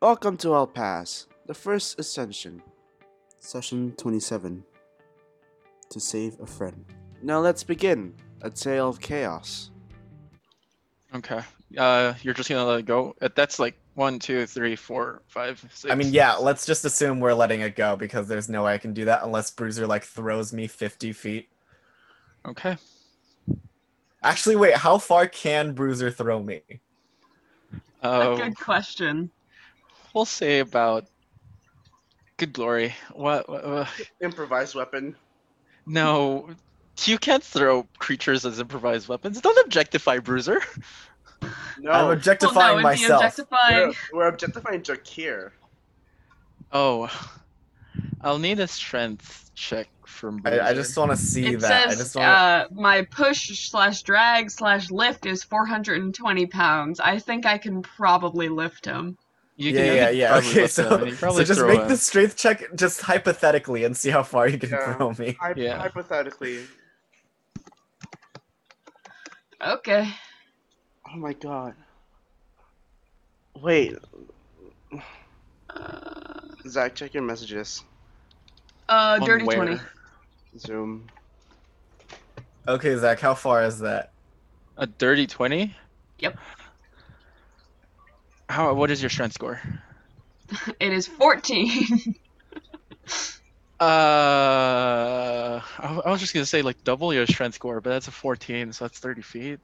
Welcome to El Pass, the first ascension. Session 27 To Save a Friend. Now let's begin a tale of chaos. Okay. Uh, you're just gonna let it go. Uh, That's like one, two, three, four, five, six. I mean, yeah, let's just assume we're letting it go because there's no way I can do that unless Bruiser like throws me 50 feet. Okay. Actually, wait, how far can Bruiser throw me? Uh, Good question. we'll say about. Good glory. What? what- what- Improvised weapon. no, you can't throw creatures as improvised weapons. Don't objectify Bruiser. I'm No, objectifying well, no, it'd myself. Be objectifying. we're, we're objectifying Jakir. Oh, I'll need a strength check from I, Bruiser. I just want to see It that. I says just want. uh, my push slash drag slash lift is 420 pounds. I think I can probably lift him. You yeah, you yeah, yeah. probably Okay, lift it up so- and you to probably So just throw make a- the strength check just hypothetically and see how far you can Yeah. throw me. Hy- Yeah. Hypothetically. Okay. Oh my god. Wait, Uh, Zach, check your messages. uh on dirty where. 20. Zoom. Okay, Zach, how far is that? A dirty twenty. Yep. How? What is your strength score? It is 14. Uh, I, I was just gonna say like double your strength score, but that's a 14, so that's 30 feet.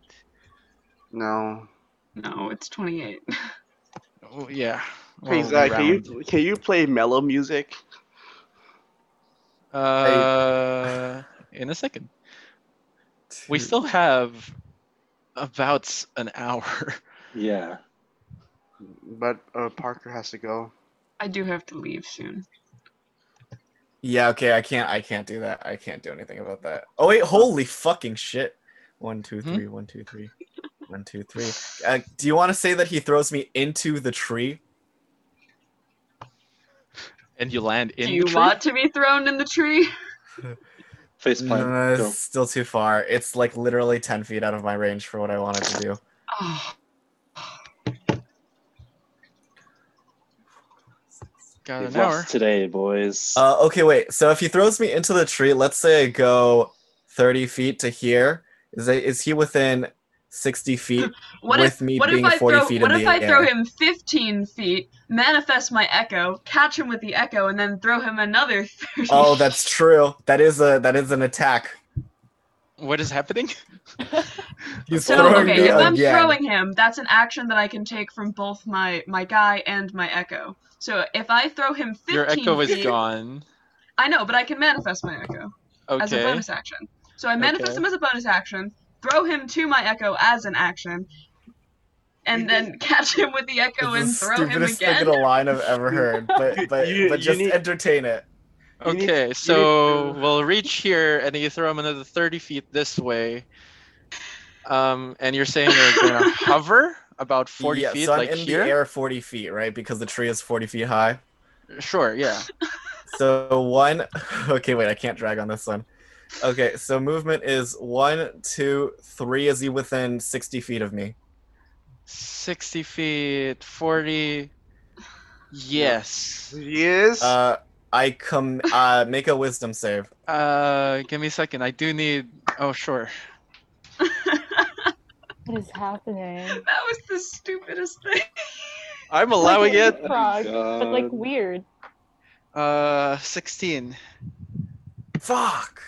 No. no, it's 28. Oh yeah. Hey, Well, Zach, can round. you, can you play mellow music? Uh, in a second. We still have about s- an hour. Yeah. But uh, Parker has to go. I do have to leave soon. Yeah, okay, I can't I can't do that. I can't do anything about that. Oh wait, holy fucking shit. One, two, Hmm? three, one, two, three. One, two, three. Uh, do you want to say that he throws me into the tree? And you land in do the you tree? want to be thrown in the tree? Face plant. No, Go. it's still too far. It's like literally ten feet out of my range for what I wanted to do. Oh, Got We've Uh, an hour. lost today, boys. Uh, okay, wait. So if he throws me into the tree, let's say I go thirty feet to here. Is it, is he within sixty feet? what With if me what if being I 40 throw feet in what if the I throw air. him 15 feet, manifest my echo, catch him with the echo, and then throw him another 30? oh, that's true. That is a that is an attack. What is happening? He's So throwing okay, me if I'm again. throwing him, that's an action that I can take from both my my guy and my echo. So if I throw him 15 Your echo feet, is gone. I know, but I can manifest my echo as a Okay. bonus action. So I manifest Okay. him as a bonus action, throw him to my echo as an action, and then catch him with the echo and It's the throw him stupidest again. thing in a line I've ever heard, but but, You- but you just need- entertain it. You need- Okay, need so to- we'll reach here, and you throw him another thirty feet this way. Um, and you're saying you're gonna hover about forty yeah, feet, so I'm like in here. the air 40 feet, right? Because the tree is 40 feet high. Sure, yeah. So one, okay, wait, I can't drag on this one. Okay, so movement is one, two, three. Is he within 60 feet of me? Sixty feet, forty. Yes. Yes. Uh, I come, uh, make a wisdom save. Uh, give me a second. I do need. Oh, sure. What is happening? that was the stupidest thing. I'm allowing like a it. leapfrog, but like God. weird. Uh, sixteen. Fuck!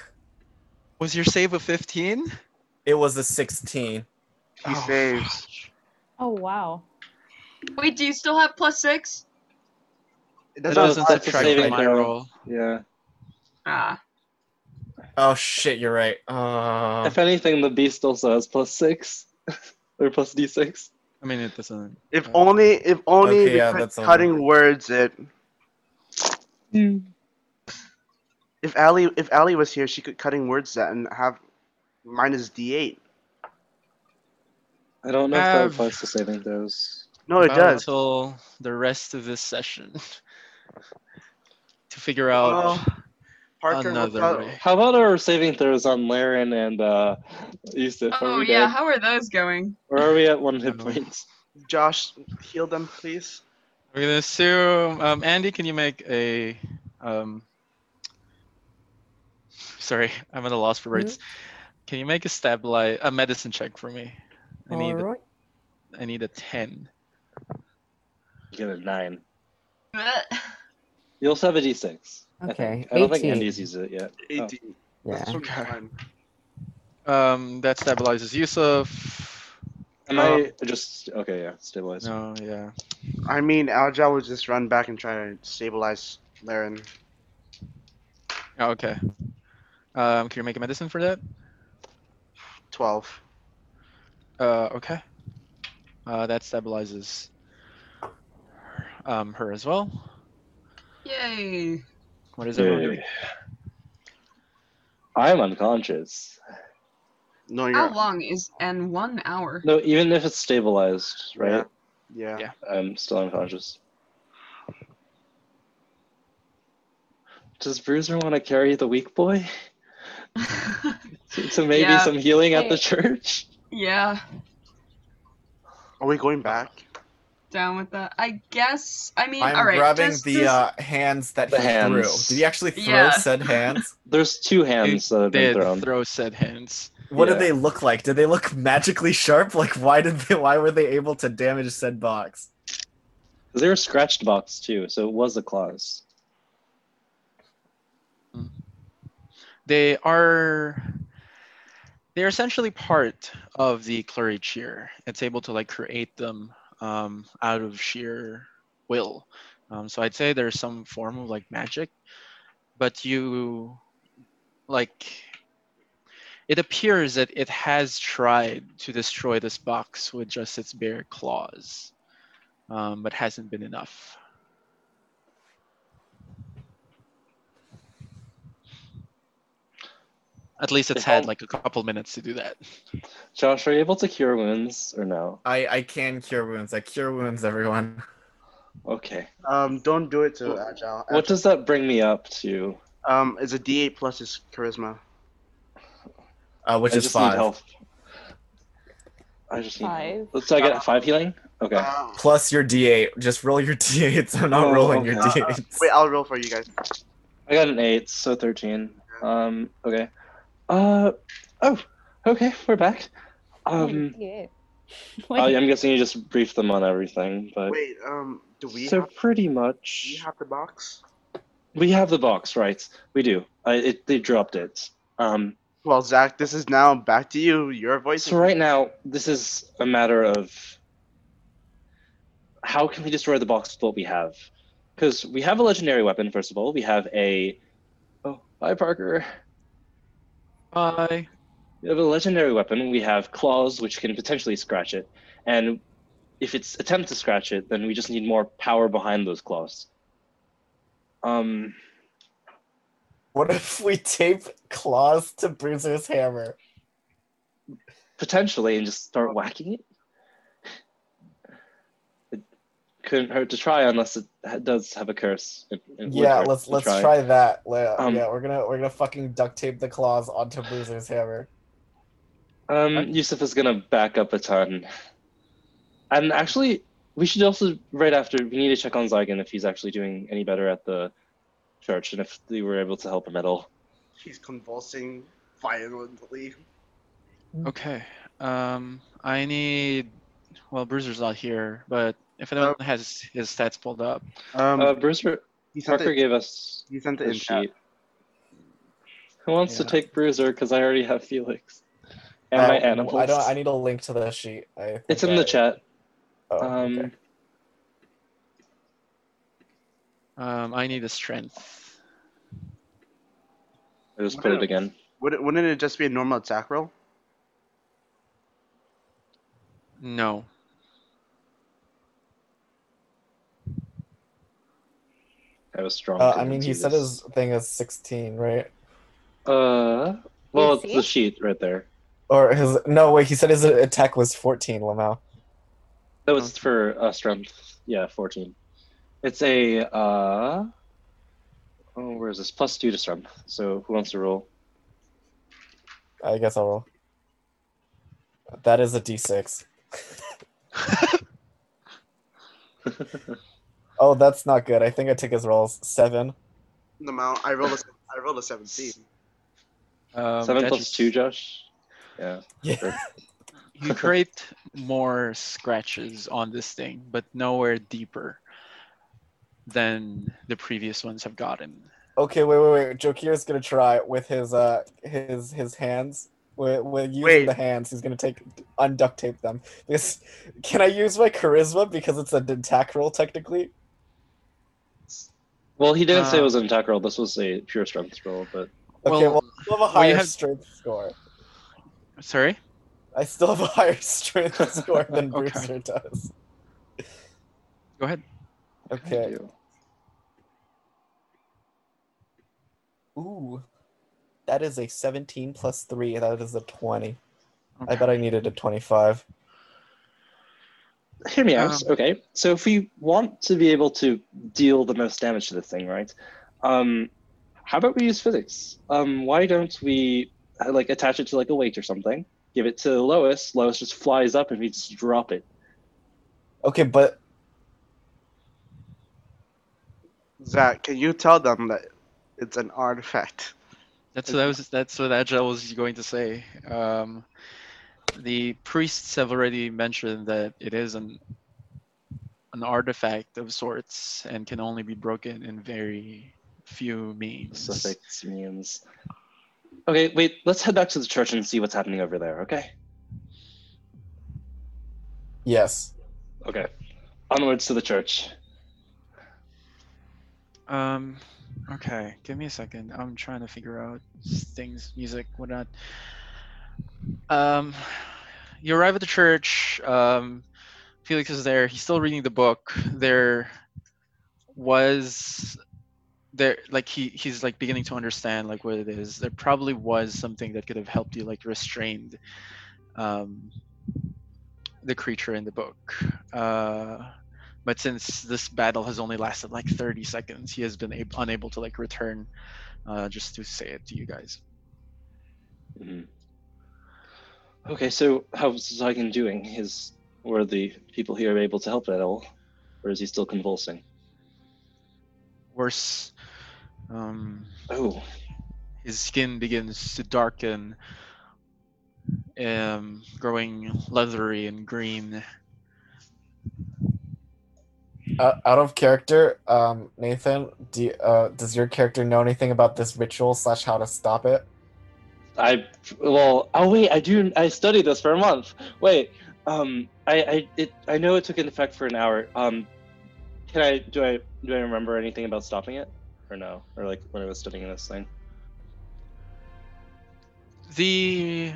Was your save a fifteen? It was a 16. he saves. Oh wow. Wait, do you still have plus six? It That doesn't doesn't apply to subtract saving from my throw. roll. Yeah. Ah, Oh shit, you're right. Uh, Oh. If anything, the beast also has plus six or plus d6. I mean, it doesn't. If Uh, only, if only Okay, we yeah, could that's all. cutting words. It. If Allie, if Allie was here, she could cutting words that and have minus D8. I don't know if Have- that applies to saving throws. No, Oh, it about does. Until the rest of this session to figure out. Well, Parker will another cut- way. How about our saving throws on Laren and uh, Yusuf? Are oh we yeah. dead? How are those going? Or are we at one hit Um, point? Josh, heal them, please. We're gonna assume. Um, Andy, can you make a? Um, sorry, I'm at a loss for Mm-hmm. words. Can you make a stabili a medicine check for me? I need. All right. I need a ten. Get a nine. Blech. You also have a D6. I, Okay, think. I don't think 18. Andy's used it yet. Oh. 18. Yeah. That's sort of Okay. fine. Um, that stabilizes Yusuf. Am I just okay? Yeah, stabilize. No, yeah. I mean, Aljal would just run back and try to stabilize Laren. Oh, okay. Um, can you make a medicine for that? 12. Uh, okay. Uh, that stabilizes um, her as well. Yay. What is everyone Yay. doing? I'm unconscious. No, you're. How long is and one hour? No, even if it's stabilized, right? Yeah. Yeah. I'm still unconscious. Does Bruiser want to carry the weak boy to maybe Yeah. some healing at Hey. the church? yeah, Are we going back? down with that. I guess. I mean, I'm all right. grabbing just the this- uh, hands that The he threw. hands. Did he actually throw Yeah. said hands? There's two hands that have been Did thrown. throw said hands. What Yeah. do they look like? Did they look magically sharp? Like why did they? Why were they able to damage said box? They were scratched box too, so it was a clause. They are. They're essentially part of the Clary Cheer. It's able to like create them um, out of sheer will. Um, so I'd say there's some form of like magic, but you like it appears that it has tried to destroy this box with just its bare claws, um, but hasn't been enough. At least it's had Yeah. like a couple minutes to do that. Josh, are you able to cure wounds or no? I I can cure wounds. I cure wounds, everyone. Okay. Um, don't do it to Wh- Agile. What does that bring me up to? Um, it's a D8 plus his charisma. Uh, which I is just need five. help. I just need Five. help. So I get five healing? Okay. Uh, Plus your D8. Just roll your D8s. I'm not Oh, rolling your okay. D8s. wait, I'll roll for you guys. I got an eight, so thirteen. Um, okay. Uh oh, okay, we're back. Um oh, yeah. I- I'm guessing you just briefed them on everything, but Wait, um, do we so have, pretty do we much have the box? we have the box, right? We do. I, it, they dropped it. Um, Well, Zach, this is now back to you. Your voice. So right now, this is a matter of how can we destroy the box with what we have? Because we have a legendary weapon, first of all. We have a oh, bye Parker. Bye. We have a legendary weapon. We have claws, which can potentially scratch it, and if it's attempt to scratch it, then we just need more power behind those claws. Um, What if we tape claws to Bruiser's hammer? potentially, and just start whacking it. It couldn't hurt to try unless it ha- does have a curse. It- it would Yeah, hurt let's to let's try. try, that. Yeah, Um, yeah, we're gonna we're gonna fucking duct tape the claws onto Bruiser's hammer. Um, Yusuf is gonna back up a ton, and actually, we should also right after we need to check on Zygon if he's actually doing any better at the church and if we were able to help him at all. He's convulsing violently. Okay. Um, I need. Well, Bruiser's not here, but if anyone has his stats pulled up, Um, uh, Bruce Ru- he sent Parker it. gave us He sent it the in chat. sheet. Who wants to Yeah. take Bruiser? Because I already have Felix and Uh, my animals. I don't. I need a link to the sheet. I think it's in I- the chat. oh, Um, okay. um, I need a strength. I just put it again. Would it, wouldn't it just be a normal attack roll? No. I was strong. Uh, I couldn't mean, do he said his this. thing is sixteen, right? Uh, well, see it's the it? sheet right there. Or his no wait, he said his attack was fourteen. Lamau. That was Oh. for uh, strength. Yeah, 14. It's a. Uh, oh, where is this? Plus two to strength. So who wants to roll? I guess I'll roll. That is a D six. Oh, that's not good. I think I took his rolls. Seven. The amount I rolled a, I rolled a 17. Um, Seven that plus is- two, Josh. Yeah. Yeah. You create more scratches on this thing, but nowhere deeper than the previous ones have gotten. Okay, wait, wait, wait. Jokir's gonna try with his uh his his hands. With, with using Wait. the hands, he's gonna take unduct tape them. Because can I use my charisma because it's a attack roll technically? Well, he didn't say it Uh, was an attack roll. This was a pure strength roll, but Okay, well, Well, I still have a well, you higher have- strength score. sorry. I still have a higher strength score than Okay. Brewster does. Go ahead. Okay. Ooh. That is a 17 plus 3. That is a 20. I bet I needed a 25. hear me out. Um, Okay, so if we want to be able to deal the most damage to this thing, right? Um, how about we use physics? Um, why don't we uh, like attach it to like a weight or something? Give it to Lois. Lois just flies up and we just drop it. Okay, but Zach, can you tell them that it's an artifact? That's what I was. That's what Agile was going to say. Um, the priests have already mentioned that it is an an artifact of sorts and can only be broken in very few means. Suffix means. Okay, wait. Let's head back to the church and see what's happening over there. Okay. yes. Okay. Onwards to the church. Um, okay, give me a second. I'm trying to figure out s- things, music, whatnot. Um, you arrive at the church. Um, Felix is there. He's still reading the book. There was there like he he's like beginning to understand like what it is. There probably was something that could have helped you like restrained um the creature in the book. Uh but since this battle has only lasted like 30 seconds he has been ab- unable to like return uh, just to say it to you guys Mhm. Okay, so how's Zygon doing? Is were the people here able to help at all, or is he still convulsing? worse um, Oh, his skin begins to darken um, growing leathery and green Uh, out of character, um, Nathan, do you, uh, does your character know anything about this ritual slash how to stop it? I well, oh wait, I do. I studied this for a month. Wait, um, I I it I know it took an effect for an hour. Um, can I do I do I remember anything about stopping it, or no, or like when I was studying this thing? the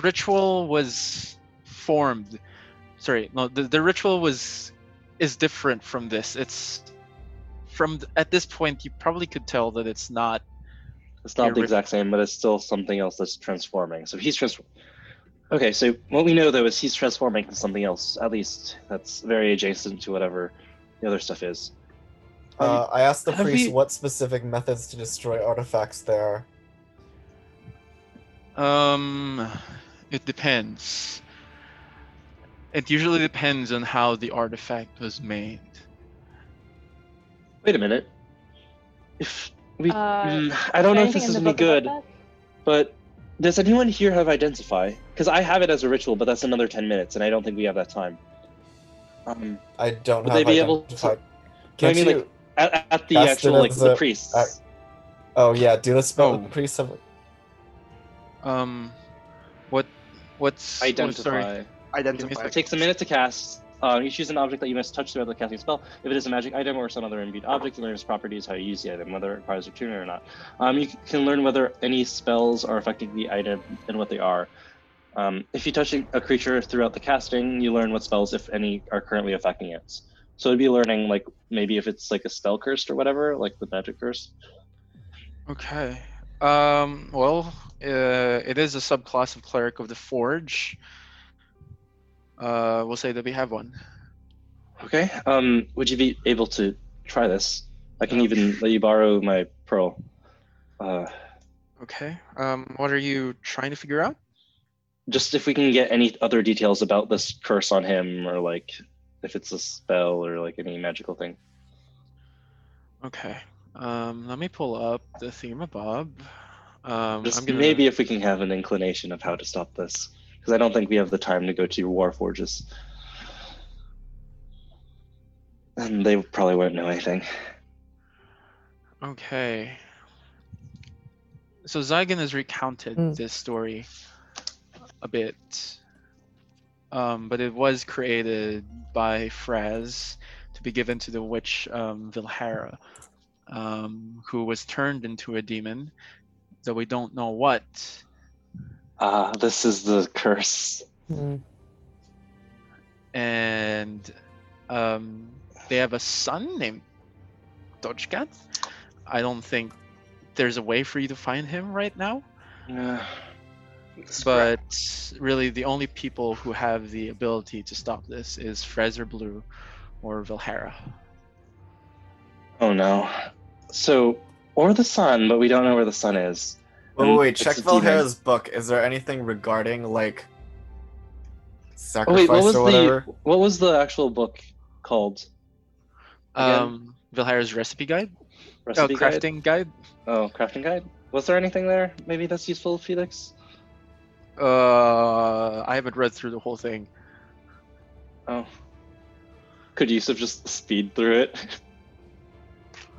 ritual was formed sorry no the, the ritual was is different from this it's from th- at this point you probably could tell that it's not It's not Your the rip- exact same, but it's still something else that's transforming. So he's trans. Okay, so what we know though is he's transforming into something else. At least that's very adjacent to whatever the other stuff is. Um, Uh, I asked the have priest we- what specific methods to destroy artifacts there are. Um, it depends. It usually depends on how the artifact was made. Wait a minute. If we, Uh, Mm, I don't know if this is gonna be good, but does anyone here have identify? Because I have it as a ritual, but that's another ten minutes, and I don't think we have that time. Um, I don't Would have they be able identified- No, I Can't mean, you? like- at, at the Cast it actual like as the a- priests. ac- oh yeah, do the spell. Oh. The priest have. Um, what, what's what- sorry. identify. Identify. It takes a minute to cast. Uh, you choose an object that you must touch throughout the casting spell. If it is a magic item or some other imbued object, you learn its properties, how you use the item, whether it requires a tuner or not. Um, you c- can learn whether any spells are affecting the item and what they are. Um, if you touch a creature throughout the casting, you learn what spells, if any, are currently affecting it. So it'd be learning, like, maybe if it's like a spell cursed or whatever, like the magic curse. Okay. Um. Well, uh, it is a subclass of cleric of the forge. Uh, we'll say that we have one. Okay. Um, would you be able to try this? I can even let you borrow my pearl. Uh, Okay. Um. What are you trying to figure out? just if we can get any other details about this curse on him or like if it's a spell or like any magical thing Okay. Um, let me pull up the thingamabob. Um, Just I'm gonna, maybe if we can have an inclination of how to stop this, because I don't think we have the time to go to war forges, and they probably won't know anything. Okay. So Zygon has recounted Mm. this story a bit, um, but it was created by Frez to be given to the witch um, Vilhara, um, who was turned into a demon, though we don't know what. Ah, this is the curse. Mm. and um, they have a son named Dodgecat. I don't think there's a way for you to find him right now, Yeah. but really the only people who have the ability to stop this is Fraser Blue or Vilhara. Oh no. So, or the sun, but we don't know where the sun is. Wait, wait, wait, It's check a demon. Valhera's book. Is there anything regarding like Oh sacrifice wait, what was or whatever? the what was the actual book called? Again? Um, Vilhara's recipe guide? Recipe oh, guide? crafting guide? Oh, crafting guide. Was there anything there? Maybe that's useful, Felix. Uh, I haven't read through the whole thing. Oh, could Yusuf just speed through it?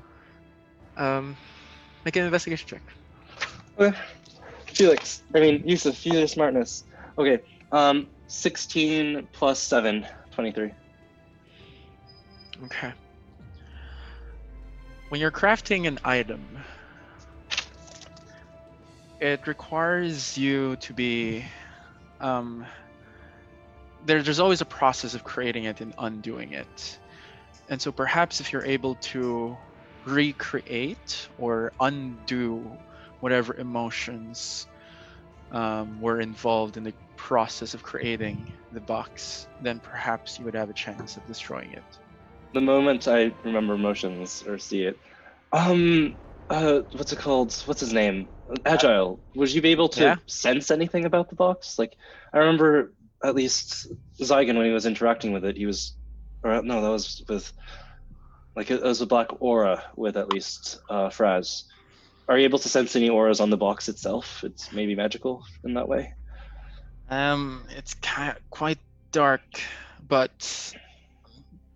Um, make an investigation check. Okay. Felix, I mean Yusuf, use your smartness. Okay, um, sixteen plus seven, 23. Okay. When you're crafting an item, it requires you to be. Um, there, there's always a process of creating it and undoing it. And so perhaps if you're able to recreate or undo whatever emotions um, were involved in the process of creating the box, then perhaps you would have a chance of destroying it. The moment I remember motions or see it, um, uh, what's it called? What's his name? Agile. Would you be able to Yeah. sense anything about the box? Like, I remember at least Zygon when he was interacting with it, he was, or no, that was with, like, it was a black aura with at least uh, Fraz. Are you able to sense any auras on the box itself? It's maybe magical in that way. Um, it's ki quite dark, but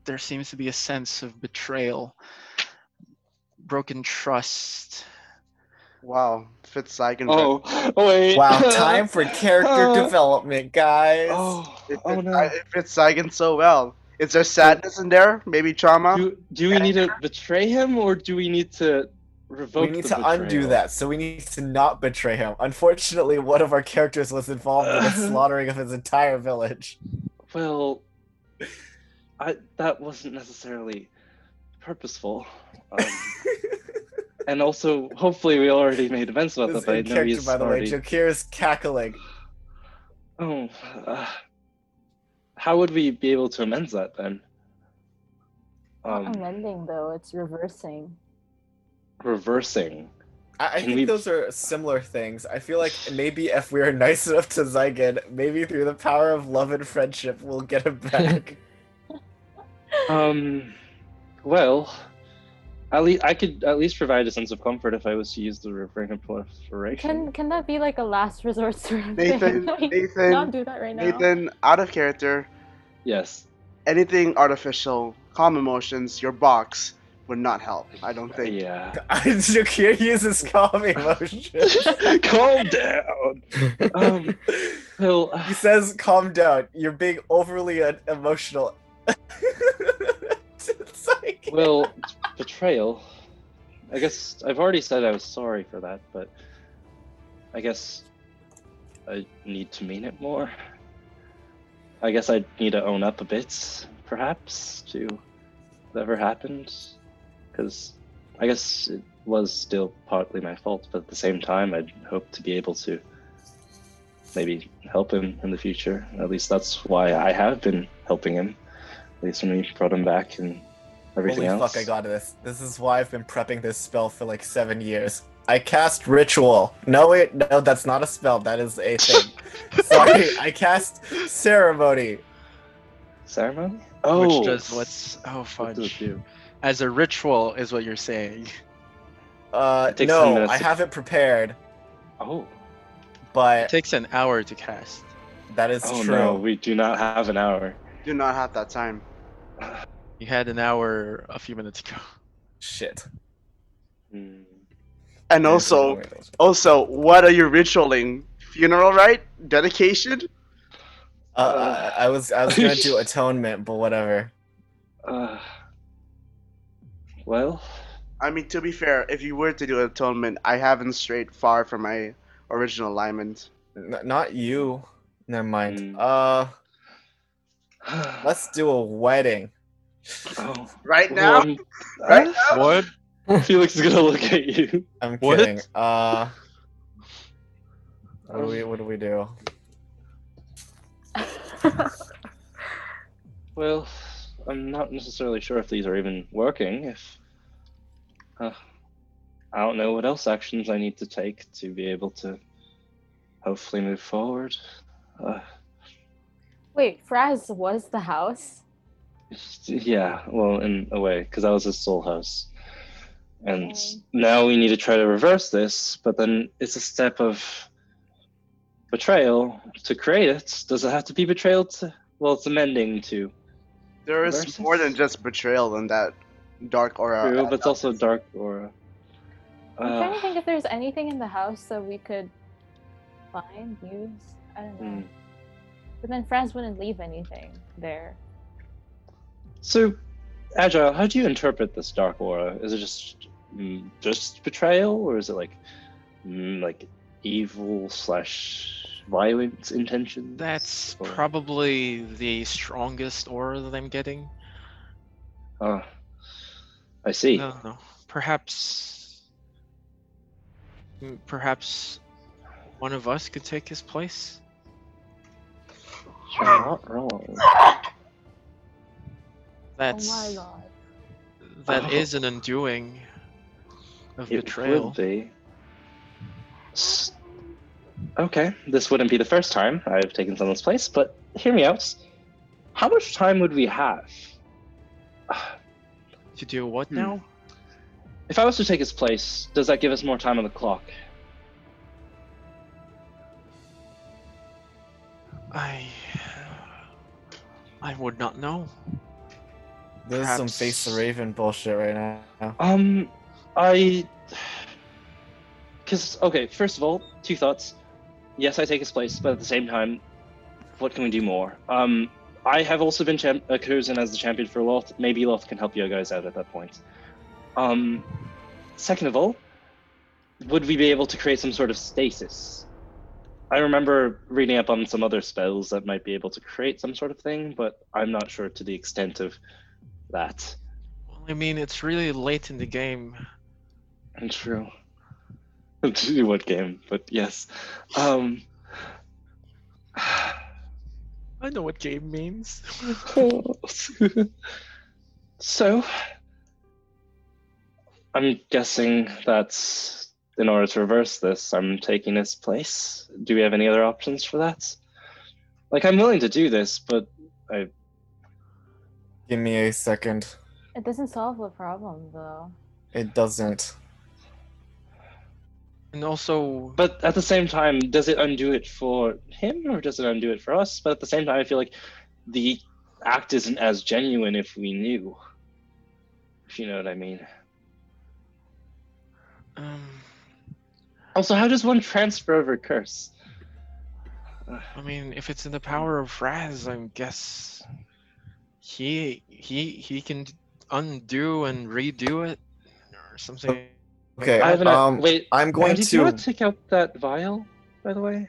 there seems to be a sense of betrayal, broken trust. Wow, fits Zygon. Oh, oh wait. Uh, Wow, time for character development, guys. Oh, it, oh it- no. I- it fits Zygon so well. Is there sadness in there? Maybe trauma. do, do we need to betray him or do we need to revoke we need the to undo betrayal? that, so we need to not betray him. Unfortunately, one of our characters was involved in the slaughtering of his entire village. well i that wasn't necessarily purposeful um, and also hopefully we already made events about This that but i in know character, he's by the already way, Jokir's cackling. oh uh, how would we be able to amend that then um Not amending though, it's reversing. reversing I, I Can think we- those are similar things. I feel like maybe if we are nice enough to Zygon, maybe through the power of love and friendship, we'll get him back. um well at least i could at least provide a sense of comfort if i was to use the reversion proliferation Can can that be like a last resort sort of Nathan, thing? Like, Nathan, not do that right now. Nathan, out of character, yes anything artificial, calm emotions, your box would not help. I don't think. yeah Jokir uses calm emotion. Calm down. Um, well, He says, "Calm down. You're being overly uh, emotional." It's like- well, betrayal. I guess I've already said I was sorry for that, but I guess I need to mean it more. I guess I need to own up a bit, perhaps, to whatever happened, because I guess it was still partly my fault, but at the same time, I'd hope to be able to maybe help him in the future. At least that's why I have been helping him. At least when we brought him back and everything Holy else. fuck! I got this. This is why I've been prepping this spell for like seven years. I cast ritual. No, wait, no, that's not a spell. That is a thing. Sorry, I cast ceremony. Ceremony? Oh, Which does what's oh what does it fudge. do? as a ritual is what you're saying. Uh, It takes ten no, minutes I to- have it prepared, Oh, It but takes an hour to cast. that is oh true. no, we do not have an hour. Do not have that time. You had an hour a few minutes ago. Shit. Hmm. And Oh. also, also, what are you ritualing? Funeral rite? Dedication? uh, I was I was gonna do atonement, but whatever. Uh, well, I mean, to be fair, if you were to do atonement, I haven't strayed far from my original alignment. N- not you. Never mind. Mm. Uh, let's do a wedding. Oh, Right well, now, I'm- right now, What? Felix is gonna look at you. I'm What? kidding. Uh, Oh. what do we what do we do? Well, I'm not necessarily sure if these are even working. If uh, I don't know what else actions I need to take to be able to hopefully move forward. Uh, Wait, Fraz was the house? yeah, well, in a way, because I was his soul house, and now we need to try to reverse this. But then it's a step of betrayal to create it. Does it have to be betrayal to? Well, it's amending to. there is Versus- more than just betrayal in that dark aura. True, but it's also a dark aura. I'm trying to Uh, think if there's anything in the house that we could find, use. I don't know. hmm. But then Franz wouldn't leave anything there. So, Agile, how do you interpret this dark aura? Is it just mm, just betrayal, or is it like mm, like evil slash violence intention? That's probably the strongest aura that I'm getting. Uh, I see. No, no. Perhaps. Mm, Perhaps one of us could take his place? You're not wrong. That's. Oh my god. That Oh. is an undoing of It betrayal. would be. S- Okay, this wouldn't be the first time I've taken someone's place, but hear me out. How much time would we have? To do what Hmm. now? If I was to take his place, does that give us more time on the clock? I. I would not know. This is some face the Perhaps- raven bullshit right now. Um, I. Because, okay, first of all, two thoughts. Yes, I take his place, but at the same time, what can we do more? Um, I have also been champ- uh, chosen as the champion for Loth. Maybe Loth can help you guys out at that point. Um, second of all, would we be able to create some sort of stasis? I remember reading up on some other spells that might be able to create some sort of thing, but I'm not sure to the extent of that. Well, I mean, it's really late in the game. True. what game? But yes. Um. I know what game means. so, I'm guessing that's in order to reverse this. I'm taking his place. Do we have any other options for that? Like, I'm willing to do this, but Give me a second. It doesn't solve the problem though. It doesn't. and also, but at the same time, does it undo it for him or does it undo it for us? But at the same time, I feel like the act isn't as genuine if we knew. If you know what I mean. um, Also, how does one transfer over curse? I mean, if it's in the power of Raz, I guess he he he can undo and redo it or something. Okay. I have an um, wait. I'm going Andy, do you to. want to take out that vial, by the way?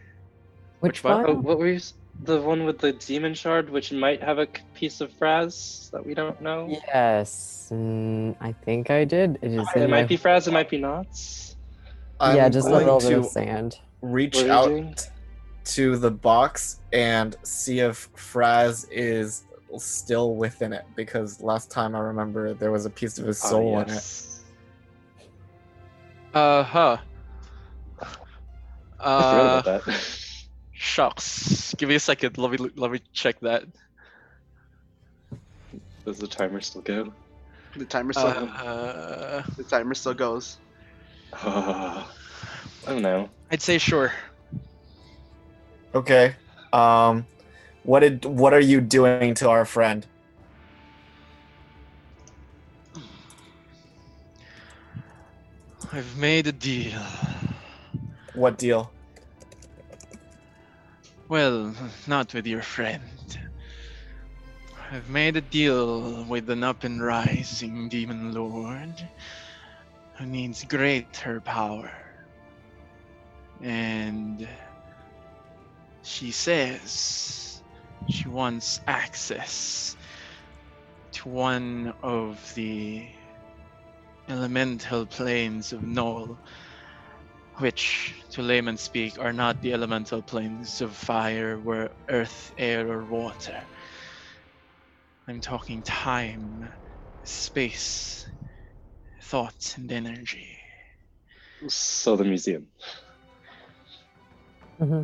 Which Which one? one? Oh, what were you? s- The one with the demon shard, which might have a c- piece of Fraz that we don't know. Oh, Yes, mm, I think I did. It is It in my. might be Fraz, it might be not. I'm yeah, just a going little bit to of sand. reach What are you out doing? to the box and see if Fraz is still within it because last time I remember there was a piece of his Ah, soul in it. yes. Uh huh. I Uh, forgot about that. shucks. Give me a second. Let me let me check that. Does the timer still go? The timer Uh, still uh, the timer still goes. I don't know. I'd say sure. Okay. Um, what did what are you doing to our friend? I've made a deal. What deal? Well, not with your friend. I've made a deal with an up and rising demon lord who needs greater power. And she says she wants access to one of the elemental planes of Nol which, to layman speak, are not the elemental planes of fire, where earth, air, or water. I'm talking time, space, thoughts, and energy. So the museum.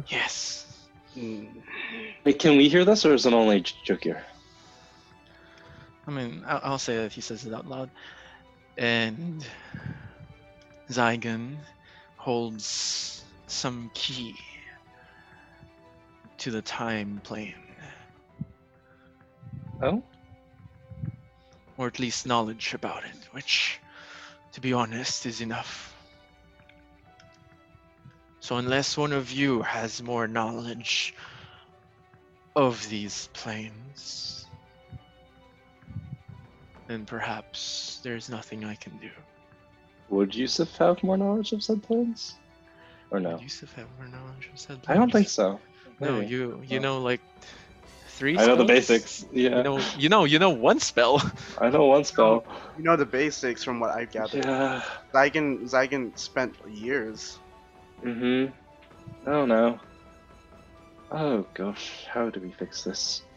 Yes. Hmm. Wait, can we hear this, or is it only J- Jokir? I mean, I'll, I'll say that he says it out loud. And Zygon holds some key to the time plane, Oh, or at least knowledge about it, which, to be honest, is enough. So, unless one of you has more knowledge of these planes, then perhaps there's nothing I can do. would Yusuf have more knowledge of said planes, or no? Would Yusuf have more knowledge of said I don't think planes? so. No, Maybe. you you Oh. know like three. I know the spells? basics. Yeah, You know you know you know one spell. I know one spell. You know the basics from what I've gathered. Yeah. Zygon Zygon spent years. Mm-hmm. I don't know. Oh gosh, how do we fix this?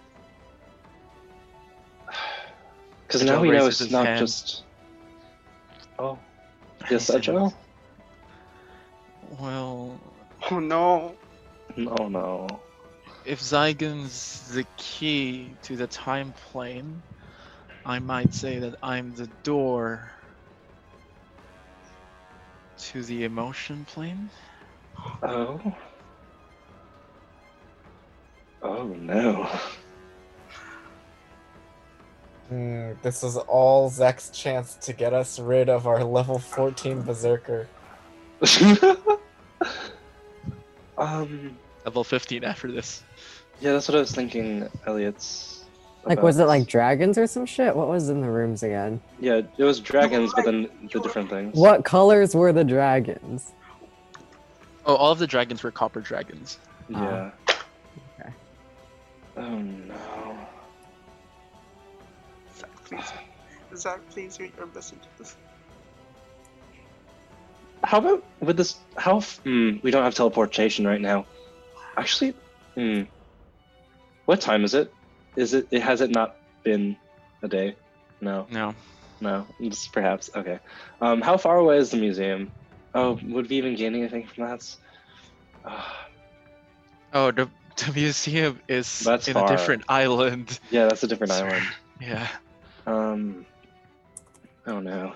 Because now Agile we know raises it's his not hand. just. Oh, And he yes, said, Agile. Well, Oh no. Oh no. if Zygon's the key to the time plane, I might say that I'm the door to the emotion plane. Oh. Oh no. Hmm, this is all Zek's chance to get us rid of our level 14 berserker. um. Level 15 after this. Yeah, that's what I was thinking, Elliot's. Like, was it like dragons or some shit? What was in the rooms again? Yeah, it was dragons, but then the different things. What colors were the dragons? Oh, all of the dragons were copper dragons. Yeah. Okay. Oh no. Zach, please. Zach, please read your messages. How about with this? How? f- Hmm, we don't have teleportation right now. Actually, hmm. What time is it? Is it? It has it not been a day? No, No. no. It's perhaps okay. Um, how far away is the museum? Oh, would we even gain anything from that? Ah, Oh, the, the museum is That's in far. a different island. yeah, that's a different Sorry. island. Yeah. Um. Oh no.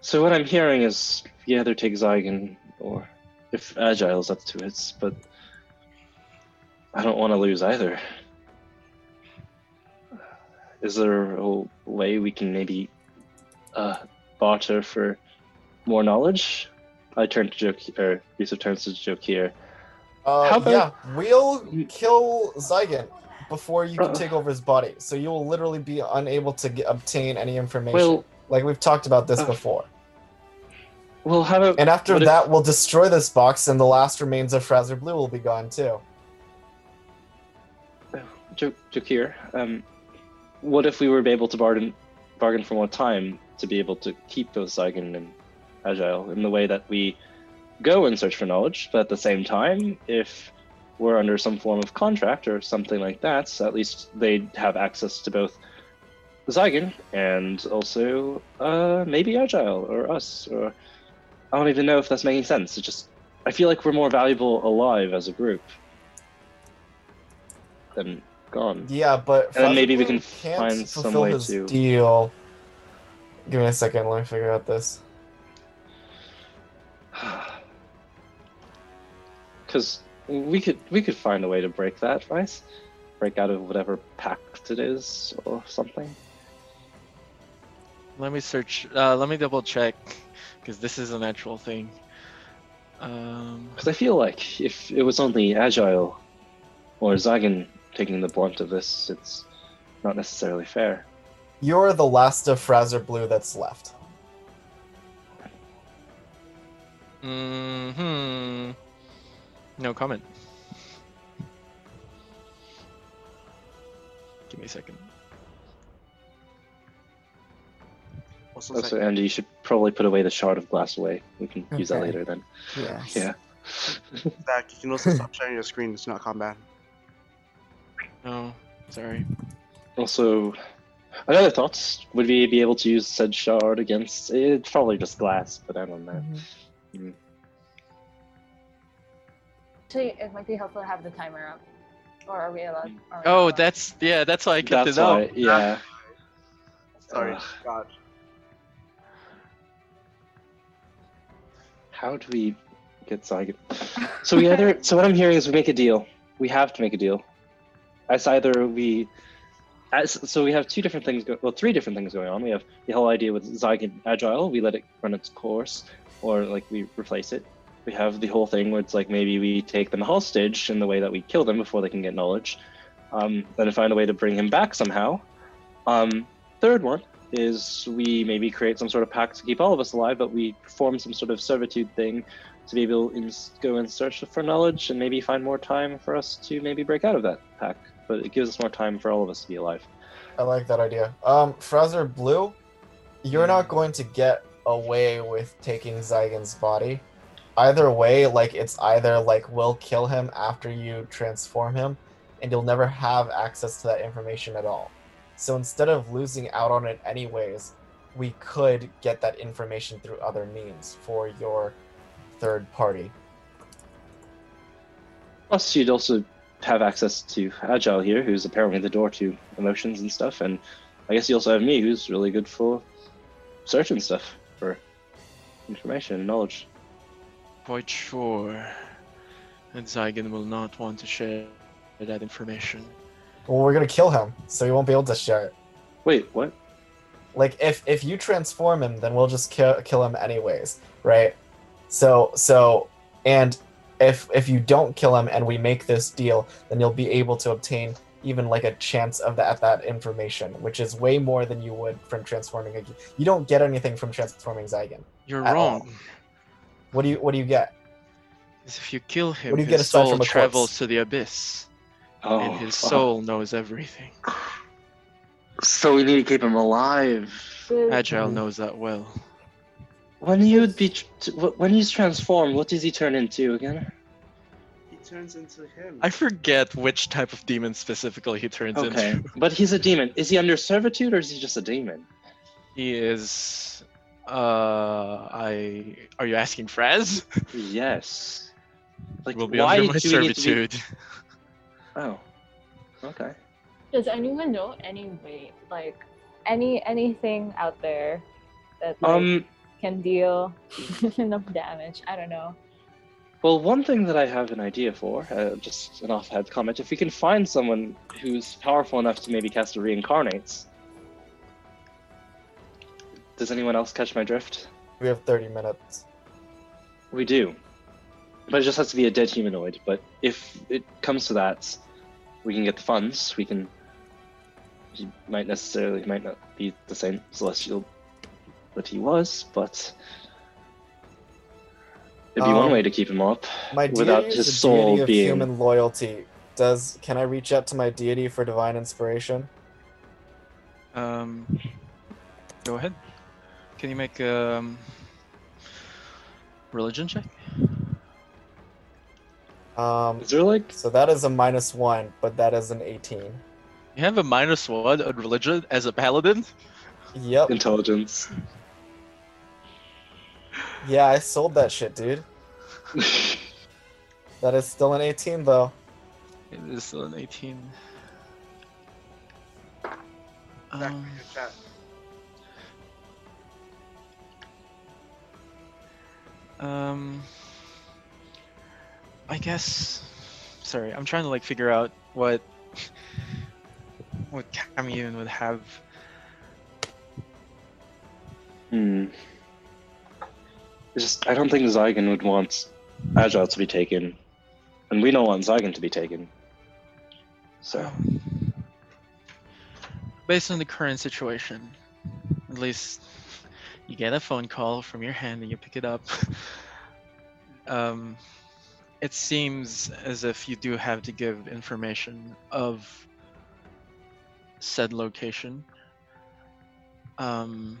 So what I'm hearing is you either take Zygon or if Agile's up to it, but I don't want to lose either. Is there a way we can maybe uh barter for more knowledge? I turn to Joke or Yusuf turns to Joke here. Uh, How about- yeah, we'll kill Zygon before you can Uh. take over his body, so you will literally be unable to get, obtain any information. Well like we've talked about this Uh. before. well how about And after What if- that, we'll destroy this box, and the last remains of Fraser Blue will be gone too. Jo- Jokir, um, what if we were able to bargain, bargain for more time to be able to keep both Zygon and Agile in the way that we go and search for knowledge, but at the same time, if we're under some form of contract or something like that, so at least they'd have access to both Zygon and also uh, maybe Agile or us. Or I don't even know if that's making sense. It's just I feel like we're more valuable alive as a group than gone. Yeah, but And then Fraser maybe we Blue can find some way his to- deal Give me a second. Let me figure out this. Because we could we could find a way to break that, right? Break out of whatever pact it is or something. Let me search. Uh, let me double check, because this is an actual thing. Um, Because I feel like if it was only Agile or Zagan taking the brunt of this, it's not necessarily fair. You're the last of Fraser Blue that's left. hmm No comment. Give me a second. What's the Also, second? Andy, you should probably put away the shard of glass away. We can use that Okay. later then. Yes. Yeah. Zach, you can also stop sharing your screen. It's not combat. No, sorry. Also, another thought would we be able to use said shard against? It's probably just glass, but I don't know. Actually, it might be helpful to have the timer up. Or are we allowed? are we Oh, allowed- that's yeah. That's why I kept That's it up. why, yeah. Sorry, Ugh. God. How do we get Zygon? So we either. So what I'm hearing is we make a deal. We have to make a deal. As either we. As, so we have two different things. Go, well, three different things going on. We have the whole idea with Zygon Agile. We let it run its course, or like we replace it. We have the whole thing where it's like maybe we take them hostage in the way that we kill them before they can get knowledge, um, then find a way to bring him back somehow. Um, third one is we maybe create some sort of pact to keep all of us alive, but we perform some sort of servitude thing to be able to go in search for knowledge and maybe find more time for us to maybe break out of that pact. But it gives us more time for all of us to be alive. I like that idea. Um, Fraser Blue, you're not going to get away with taking Zygon's body. Either way, like it's either like we'll kill him after you transform him, and you'll never have access to that information at all. So instead of losing out on it anyways, we could get that information through other means for your third party. Plus, you'd also have access to Agile here, who's apparently the door to emotions and stuff. And I guess you also have me, who's really good for searching stuff for information and knowledge. Quite sure that Zygon will not want to share that information. Well, we're gonna kill him, so you won't be able to share it. Wait, what? like if if you transform him then we'll just kill, kill him anyways right so so and if if you don't kill him and we make this deal then you'll be able to obtain even like a chance of that that information which is way more than you would from transforming a, you don't get anything from transforming Zygon. You're At all. wrong. what do you what do you get 'cause If you kill him, do you his get aside soul from a corpse? travels to the abyss, Oh, and his fuck. soul knows everything. So we need to keep him alive. Mm-hmm. Agile knows that well. When he would be, tr- t- wh- when he's transformed, what does he turn into again? He turns into him. I forget which type of demon specifically he turns Okay, into. but he's a demon. Is he under servitude or is he just a demon? He is. Uh, I. Are you asking Fraz? Yes. Like will be why under my do we need to be- servitude. Oh. Okay. Does anyone know any way, like any anything out there that like, Um. can deal enough damage? I don't know. Well, one thing that I have an idea for, uh, just an offhand comment, if we can find someone who's powerful enough to maybe cast a reincarnates. Does anyone else catch my drift? we have 30 minutes We do. But it just has to be a dead humanoid. But if it comes to that, we can get the funds. We can. He might necessarily might not be the same celestial that he was, but it'd be Um, one way to keep him up my deity without is the his soul deity of being. human loyalty does can i reach out to my deity for divine inspiration Um, go ahead. Can you make um religion check? um Is there like So that is a minus one, but that is an 18. You have a minus one on religion as a paladin. Yep. intelligence? Yeah, I sold that shit, dude. That is still an 18, though. It is still an eighteen. Zach, Um, your chat. Um, I guess. Sorry, I'm trying to like figure out what what Camune would have. Hmm. It's just I don't think Zygon would want Agile to be taken, and we don't want Zygon to be taken. So Um, based on the current situation, at least you get a phone call from your hand and you pick it up. um, it seems as if you do have to give information of said location, um,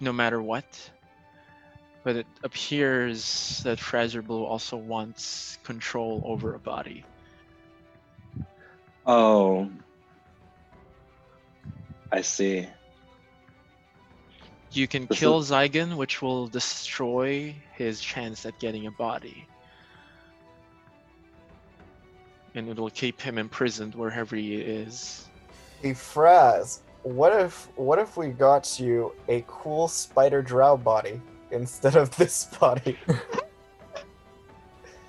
no matter what. But it appears that Fraser Blue also wants control over a body. oh, I see. You can This is- kill Zygon, which will destroy his chance at getting a body. And it will keep him imprisoned wherever he is. Hey Fraz, what if what if we got you a cool spider drow body instead of this body?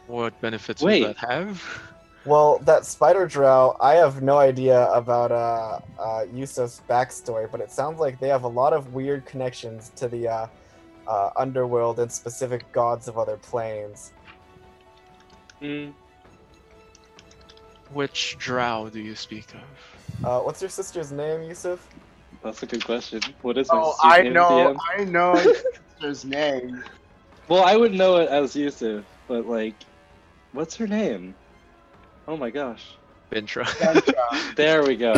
What benefits Wait. will that have? well, that spider drow, I have no idea about uh, uh, Yusuf's backstory, but it sounds like they have a lot of weird connections to the uh, uh, underworld and specific gods of other planes. Hmm. Which drow do you speak of? Uh, what's your sister's name, Yusuf? That's a good question. What is my Oh, sister's I name, know, DM? I know your sister's name. Well, I would know it as Yusuf, but like, what's her name? Oh my gosh. Ventra. Kendra. There we go.